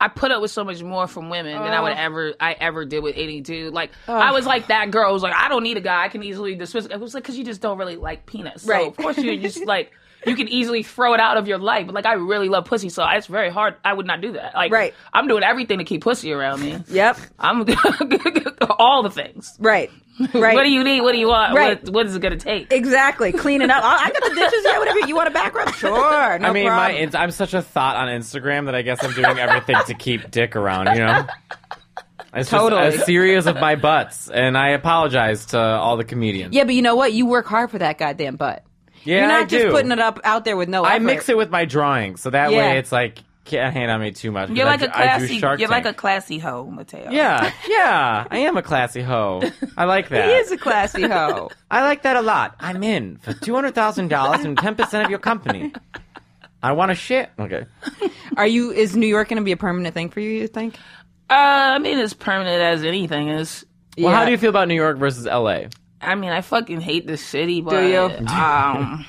Speaker 3: I put up with so much more from women than
Speaker 2: Oh.
Speaker 3: I would ever I ever did with any dude. Like I was like that girl who's like, I don't need a guy. I can easily dismiss. It was like because you just don't really like penis. So
Speaker 2: Right.
Speaker 3: of course you
Speaker 2: [laughs]
Speaker 3: just like you can easily throw it out of your life. But like I really love pussy, so it's very hard. I would not do that. Like
Speaker 2: Right.
Speaker 3: I'm doing everything to keep pussy
Speaker 2: [laughs]
Speaker 3: around me.
Speaker 2: Yep.
Speaker 3: I'm [laughs] all the things.
Speaker 1: [laughs]
Speaker 2: Right. Right.
Speaker 3: What do you need? What do you want?
Speaker 2: Right.
Speaker 3: What, what is it gonna take?
Speaker 2: Exactly. Cleaning up. I I got the dishes. Yeah, whatever. You want a back rub? Sure.
Speaker 1: [laughs]
Speaker 2: No
Speaker 1: I mean, my,
Speaker 2: problem.
Speaker 1: ins- I'm such a thought on Instagram that I guess I'm doing everything to keep dick around. You know. It's
Speaker 2: Totally.
Speaker 1: just a series of my butts, and I apologize to all the comedians.
Speaker 2: yeah, but you know what? You work hard for that goddamn butt.
Speaker 1: yeah,
Speaker 2: You're not
Speaker 1: I
Speaker 2: just
Speaker 1: do.
Speaker 2: putting it up out there with no.
Speaker 1: I
Speaker 2: effort.
Speaker 1: mix it with my drawing, so that
Speaker 2: Yeah.
Speaker 1: way it's like can't hand on me too much. 'cause
Speaker 3: You're
Speaker 1: I
Speaker 3: like
Speaker 1: do-
Speaker 3: a
Speaker 1: I do
Speaker 3: classy.
Speaker 1: Shark
Speaker 3: You're like a
Speaker 1: Tank.
Speaker 3: classy hoe, Mateo.
Speaker 1: Yeah, yeah. I am a classy hoe. I like that.
Speaker 2: He is a classy hoe.
Speaker 1: I like that a lot. I'm in for two hundred thousand dollars and ten percent of your company. I want to shit. Okay.
Speaker 2: Are you? Is New York going to be a permanent thing for you? You think?
Speaker 3: Uh, I mean, as permanent as anything is.
Speaker 1: Well,
Speaker 2: Yeah.
Speaker 1: how do you feel about New York versus LA?
Speaker 3: I mean, I fucking hate this city, but
Speaker 2: you?
Speaker 3: um,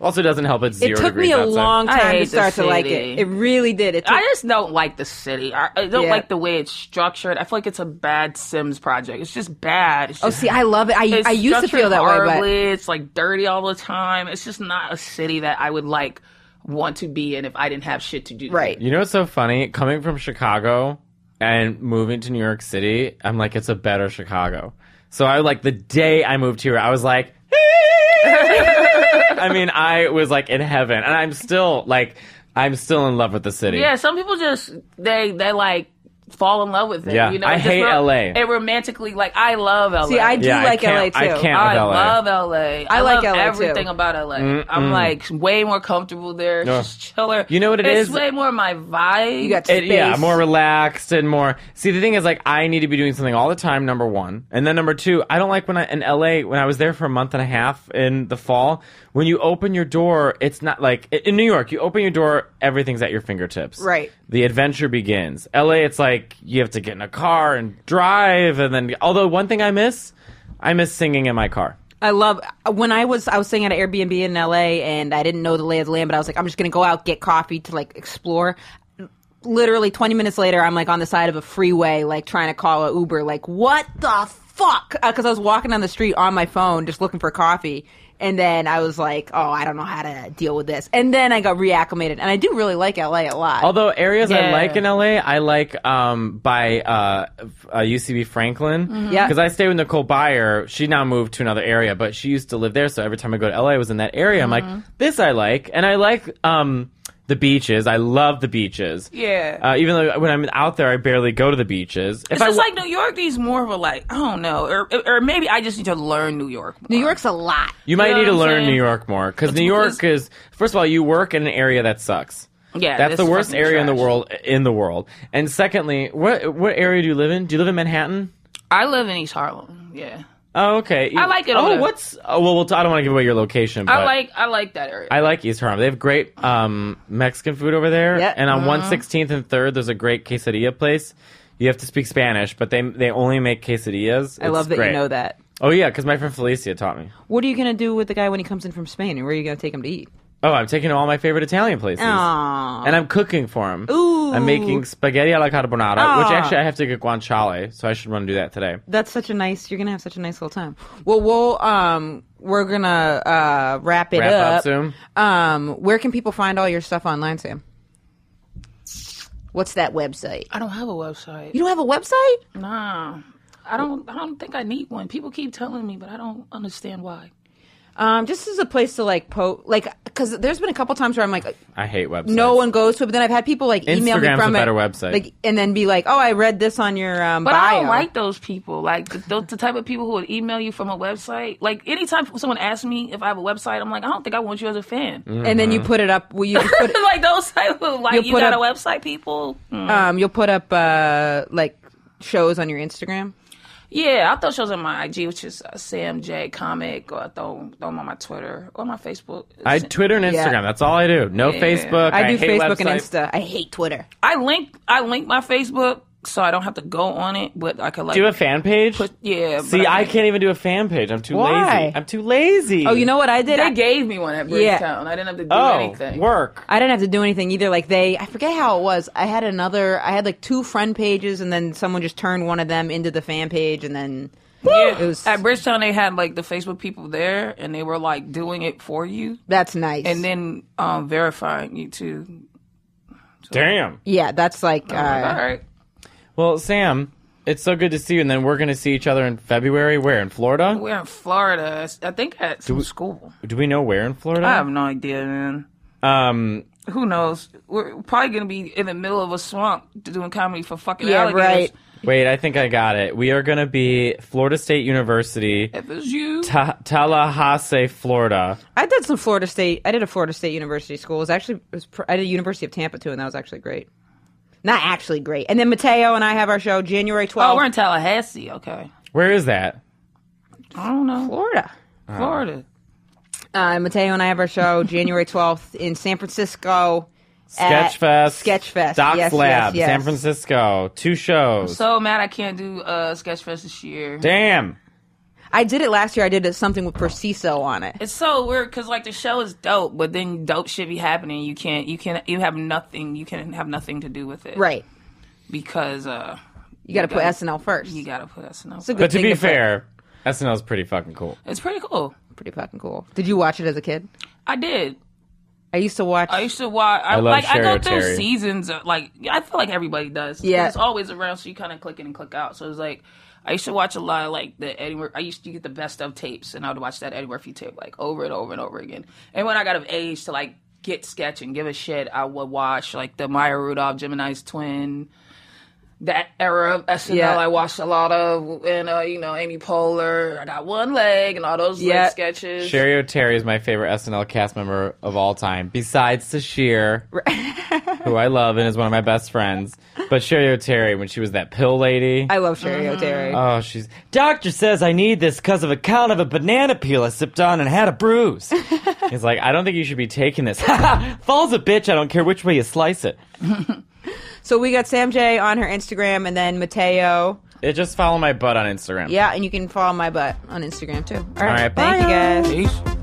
Speaker 1: Also, doesn't help. It's zero
Speaker 2: it took
Speaker 1: degrees
Speaker 2: me a
Speaker 1: outside.
Speaker 2: long
Speaker 3: I
Speaker 2: time
Speaker 3: hate
Speaker 2: to
Speaker 3: the
Speaker 2: start to like it.
Speaker 3: city.
Speaker 2: It really did. It took,
Speaker 3: I just don't like the city. I, I don't
Speaker 2: Yeah.
Speaker 3: like the way it's structured. I feel like it's a bad Sims project. It's just bad. It's
Speaker 2: oh,
Speaker 3: just,
Speaker 2: see, I love it. I
Speaker 3: it's
Speaker 2: I used to
Speaker 3: structured
Speaker 2: feel that
Speaker 3: horribly.
Speaker 2: way,
Speaker 3: It's like dirty all the time. It's just not a city that I would like want to be in if I didn't have shit to do.
Speaker 2: but right.
Speaker 1: You know what's so funny? Coming from Chicago and moving to New York City, I'm like, it's a better Chicago. So I like the day I moved here, I was like, [laughs] I mean, I was like in heaven, and I'm still like, I'm still in love with the city.
Speaker 3: Yeah, some people just they they like fall in love with it.
Speaker 1: Yeah.
Speaker 3: you know,
Speaker 1: I
Speaker 3: It just
Speaker 1: hate LA.
Speaker 3: It romantically, like I love LA.
Speaker 2: See, I do
Speaker 1: Yeah, I
Speaker 2: like LA
Speaker 1: can't-
Speaker 2: too.
Speaker 1: I can't-
Speaker 3: I
Speaker 1: with LA.
Speaker 3: love LA. I,
Speaker 2: like
Speaker 3: love
Speaker 2: LA, too.
Speaker 3: everything about LA. I'm like way more comfortable there. It's
Speaker 1: Yeah.
Speaker 3: just chiller.
Speaker 1: You know what it
Speaker 3: it
Speaker 1: is?
Speaker 3: is? it's Way more my vibe.
Speaker 2: You got
Speaker 1: It, yeah,
Speaker 2: space.
Speaker 1: more relaxed and more. See, the thing is, like, I need to be doing something all the time. Number one, and then number two, I don't like when I in LA when I was there for a month and a half in the fall. When you open your door, it's not like in in New York. You open your door, everything's at your fingertips.
Speaker 2: Right.
Speaker 1: The adventure begins. LA, it's like you have to get in a car and drive, and then. Although one thing I miss, I miss singing in my car.
Speaker 2: I love when I was I was staying at an Airbnb in LA and I didn't know the lay of the land, but I was like, I'm just gonna go out get coffee to like explore. Literally 20 minutes later, I'm like on the side of a freeway, like trying to call a Uber. Like, what the fuck? Because I was walking down the street on my phone, just looking for coffee, and then I was like, oh, I don't know how to deal with this. And then I got reacclimated, and I do really like LA a lot.
Speaker 1: Although areas I
Speaker 3: Yeah.
Speaker 1: like in LA, I like um, by uh, f- uh, UCB Franklin.
Speaker 3: Mm-hmm.
Speaker 2: Yeah.
Speaker 1: Because I stay with Nicole Byer. She now moved to another area, but she used to live there. So every time I go to LA, I was in that area. I'm
Speaker 3: Mm-hmm.
Speaker 1: like, this I like. And I like um, the beaches. I love the beaches.
Speaker 3: Yeah.
Speaker 1: Uh, even though when I'm out there, I barely go to the beaches. If
Speaker 3: It's
Speaker 1: I
Speaker 3: just
Speaker 1: wa-
Speaker 3: like New York. These more of a like I don't know, or or maybe I just need to learn New York.
Speaker 2: New York's a lot.
Speaker 1: you might
Speaker 3: know
Speaker 1: need to
Speaker 3: what I'm
Speaker 1: learn New
Speaker 3: saying?
Speaker 1: York more. Because New York is, first of all, you work in an area that sucks.
Speaker 3: Yeah,
Speaker 1: That's
Speaker 3: this
Speaker 1: the worst
Speaker 3: fucking
Speaker 1: area in the
Speaker 3: trash.
Speaker 1: world. In the world, and secondly, what what area do you live in? Do you live in Manhattan?
Speaker 3: I live in East Harlem. Yeah,
Speaker 1: Oh, okay.
Speaker 3: I like it
Speaker 1: Oh,
Speaker 3: over there.
Speaker 1: what's? Oh, well, well, I don't want to give away your location. But
Speaker 3: I like I like that area.
Speaker 1: I like East Harlem. They have great um, Mexican food over there.
Speaker 2: Yeah.
Speaker 1: And on
Speaker 3: Uh-huh.
Speaker 1: one sixteenth and third, there's a great quesadilla place. You have to speak Spanish, but they they only make quesadillas.
Speaker 2: I love that you know that.
Speaker 1: Oh yeah, because my friend Felicia taught me.
Speaker 2: What are you gonna do with the guy when he comes in from Spain, and where are you gonna take him to eat?
Speaker 1: Oh, I'm taking all my favorite Italian places,
Speaker 2: Aw.
Speaker 1: and I'm cooking for him.
Speaker 2: Ooh.
Speaker 1: I'm making spaghetti alla carbonara, which
Speaker 2: Aw.
Speaker 1: actually I have to get guanciale, so I should run and do that today.
Speaker 2: that's such a nice you're gonna have such a nice little time well we'll um we're gonna uh wrap it
Speaker 1: Wrap
Speaker 2: up,
Speaker 1: up soon.
Speaker 2: um where can people find all your stuff online sam what's that website
Speaker 3: I don't have a website.
Speaker 2: you don't have a website
Speaker 3: Nah, I don't. I don't think I need one. People keep telling me, but I don't understand why.
Speaker 2: um just as a place to like po like because there's been a couple times where i'm like
Speaker 1: I hate websites.
Speaker 2: no one goes to it but then i've had people like email me
Speaker 1: Instagram's
Speaker 2: from
Speaker 1: a better
Speaker 2: it,
Speaker 1: website.
Speaker 2: like and then be like oh i read this on your um
Speaker 3: But
Speaker 2: bio
Speaker 3: I don't like those people. Like the, the, the type of people who would email you from a website. Like anytime someone asks me if I have a website, I'm like, I don't think I want you as a fan.
Speaker 1: Mm.
Speaker 2: and then you
Speaker 1: Mm-hmm.
Speaker 2: put it up well you just
Speaker 1: [laughs]
Speaker 2: put
Speaker 3: [laughs] like those type of like
Speaker 2: You'll
Speaker 3: you
Speaker 2: put
Speaker 3: got
Speaker 2: up-
Speaker 3: a website people. Mm.
Speaker 2: um you'll put up uh like shows on your instagram
Speaker 3: Yeah, I throw shows on my IG, which is uh, Sam J Comic, or I throw, throw them on my Twitter or my Facebook.
Speaker 1: I Twitter and Instagram.
Speaker 2: Yeah.
Speaker 1: That's all I do. No Facebook.
Speaker 2: I do
Speaker 1: hate
Speaker 2: Facebook and
Speaker 1: websites.
Speaker 2: Insta. I hate Twitter.
Speaker 3: I link I link my Facebook, so I don't have to go on it, but I could like
Speaker 1: Do a fan page.
Speaker 3: yeah. but
Speaker 1: See, I
Speaker 3: think-
Speaker 1: can't even do a fan page. I'm too
Speaker 2: Why?
Speaker 1: lazy. I'm too lazy.
Speaker 2: Oh, you know what I did? I,
Speaker 3: They gave me one at
Speaker 2: Yeah.
Speaker 3: Bridgetown. I didn't have to do
Speaker 1: Oh,
Speaker 3: anything.
Speaker 1: work.
Speaker 2: I didn't have to do anything either. Like they, I forget how it was. I had another. I had like two friend pages, and then someone just turned one of them into the fan page, and then
Speaker 3: Yeah,
Speaker 2: it was.
Speaker 3: at Bridgetown they had like the Facebook people there, and they were like doing it for you,
Speaker 2: that's nice.
Speaker 3: and then um, verifying you too.
Speaker 1: Damn.
Speaker 2: yeah, that's like.
Speaker 3: I'm like,
Speaker 2: Uh,
Speaker 3: All right,
Speaker 1: Well, Sam, it's so good to see you. And then we're going to see each other in February. Where? In Florida?
Speaker 3: we're in Florida. I think at some school.
Speaker 1: Do we know where in Florida?
Speaker 3: I have no idea, man.
Speaker 1: um,
Speaker 3: Who knows? We're probably gonna be in the middle of a swamp doing comedy for fucking
Speaker 2: yeah,
Speaker 3: alligators.
Speaker 2: right.
Speaker 1: wait, I think I got it. We are going to be Florida State University,
Speaker 3: If it's you,
Speaker 1: Ta- Tallahassee, Florida.
Speaker 2: I did some Florida State. I did a Florida State University school. It was actually. It was, pr- I did University of Tampa too, and that was actually great. Not actually great. And then Mateo and I have our show January twelfth.
Speaker 3: oh, we're in Tallahassee. Okay,
Speaker 1: Where is that?
Speaker 3: I don't know
Speaker 2: Florida.
Speaker 3: Florida.
Speaker 2: Uh, Mateo and I have our show January 12th in San Francisco. at
Speaker 1: Sketchfest.
Speaker 2: Sketchfest.
Speaker 1: Docs
Speaker 2: Yes,
Speaker 1: Lab,
Speaker 2: yes, yes.
Speaker 1: San Francisco. Two shows.
Speaker 3: So mad I can't do uh, Sketchfest this year.
Speaker 1: Damn.
Speaker 2: I did it last year. I did it- something with Preciso on it.
Speaker 3: It's so weird because like the show is dope, but then dope shit be happening. You can't, you can't, you have nothing. You can have nothing to do with it,
Speaker 2: Right.
Speaker 3: Because uh,
Speaker 2: You got to put
Speaker 3: gotta-
Speaker 2: SNL first.
Speaker 3: you gotta put us in.
Speaker 2: It's a good
Speaker 1: But to
Speaker 2: thing
Speaker 1: be
Speaker 2: put-
Speaker 1: fair, SNL is pretty fucking cool.
Speaker 3: It's pretty cool.
Speaker 2: pretty fucking cool. Did you watch it as a kid?
Speaker 3: I did.
Speaker 2: I used to watch.
Speaker 3: I used to watch. I,
Speaker 1: love
Speaker 3: like. I
Speaker 1: Sherry
Speaker 3: go through
Speaker 1: Terry.
Speaker 3: seasons. Of, like I feel like everybody does. 'Cause
Speaker 2: Yeah.
Speaker 3: It's always around, so you kind of click in and click out. So it's like. I used to watch a lot of like the Eddie Murphy. I used to get the best of tapes, and I would watch that Eddie Murphy tape like over and over and over again. And when I got of age to like get sketch and give a shit, I would watch like the Maya Rudolph, Gemini's twin, that era of SNL.
Speaker 2: Yeah.
Speaker 3: I watched a lot of, and uh, you know, Amy Poehler. I got one leg, and all those
Speaker 2: Yeah.
Speaker 3: leg sketches.
Speaker 1: Sherry O'Terry is my favorite SNL cast member of all time, besides Sashir, who I love and is one of my best friends. But Sherry O'Terry, when she was that pill lady.
Speaker 2: I love Sherry O'Terry.
Speaker 1: Oh, she's. Doctor says I need this because of a count of a banana peel I sipped on and had a bruise. He's like, I don't think you should be taking this. [laughs] Falls a bitch. I don't care which way you slice it.
Speaker 2: so we got Sam J on her Instagram, and then Mateo.
Speaker 1: It just follow my butt on Instagram.
Speaker 2: Yeah, and you can follow my butt on Instagram too. All
Speaker 1: right,
Speaker 2: right, thank
Speaker 1: bye.
Speaker 2: you guys.
Speaker 3: Peace.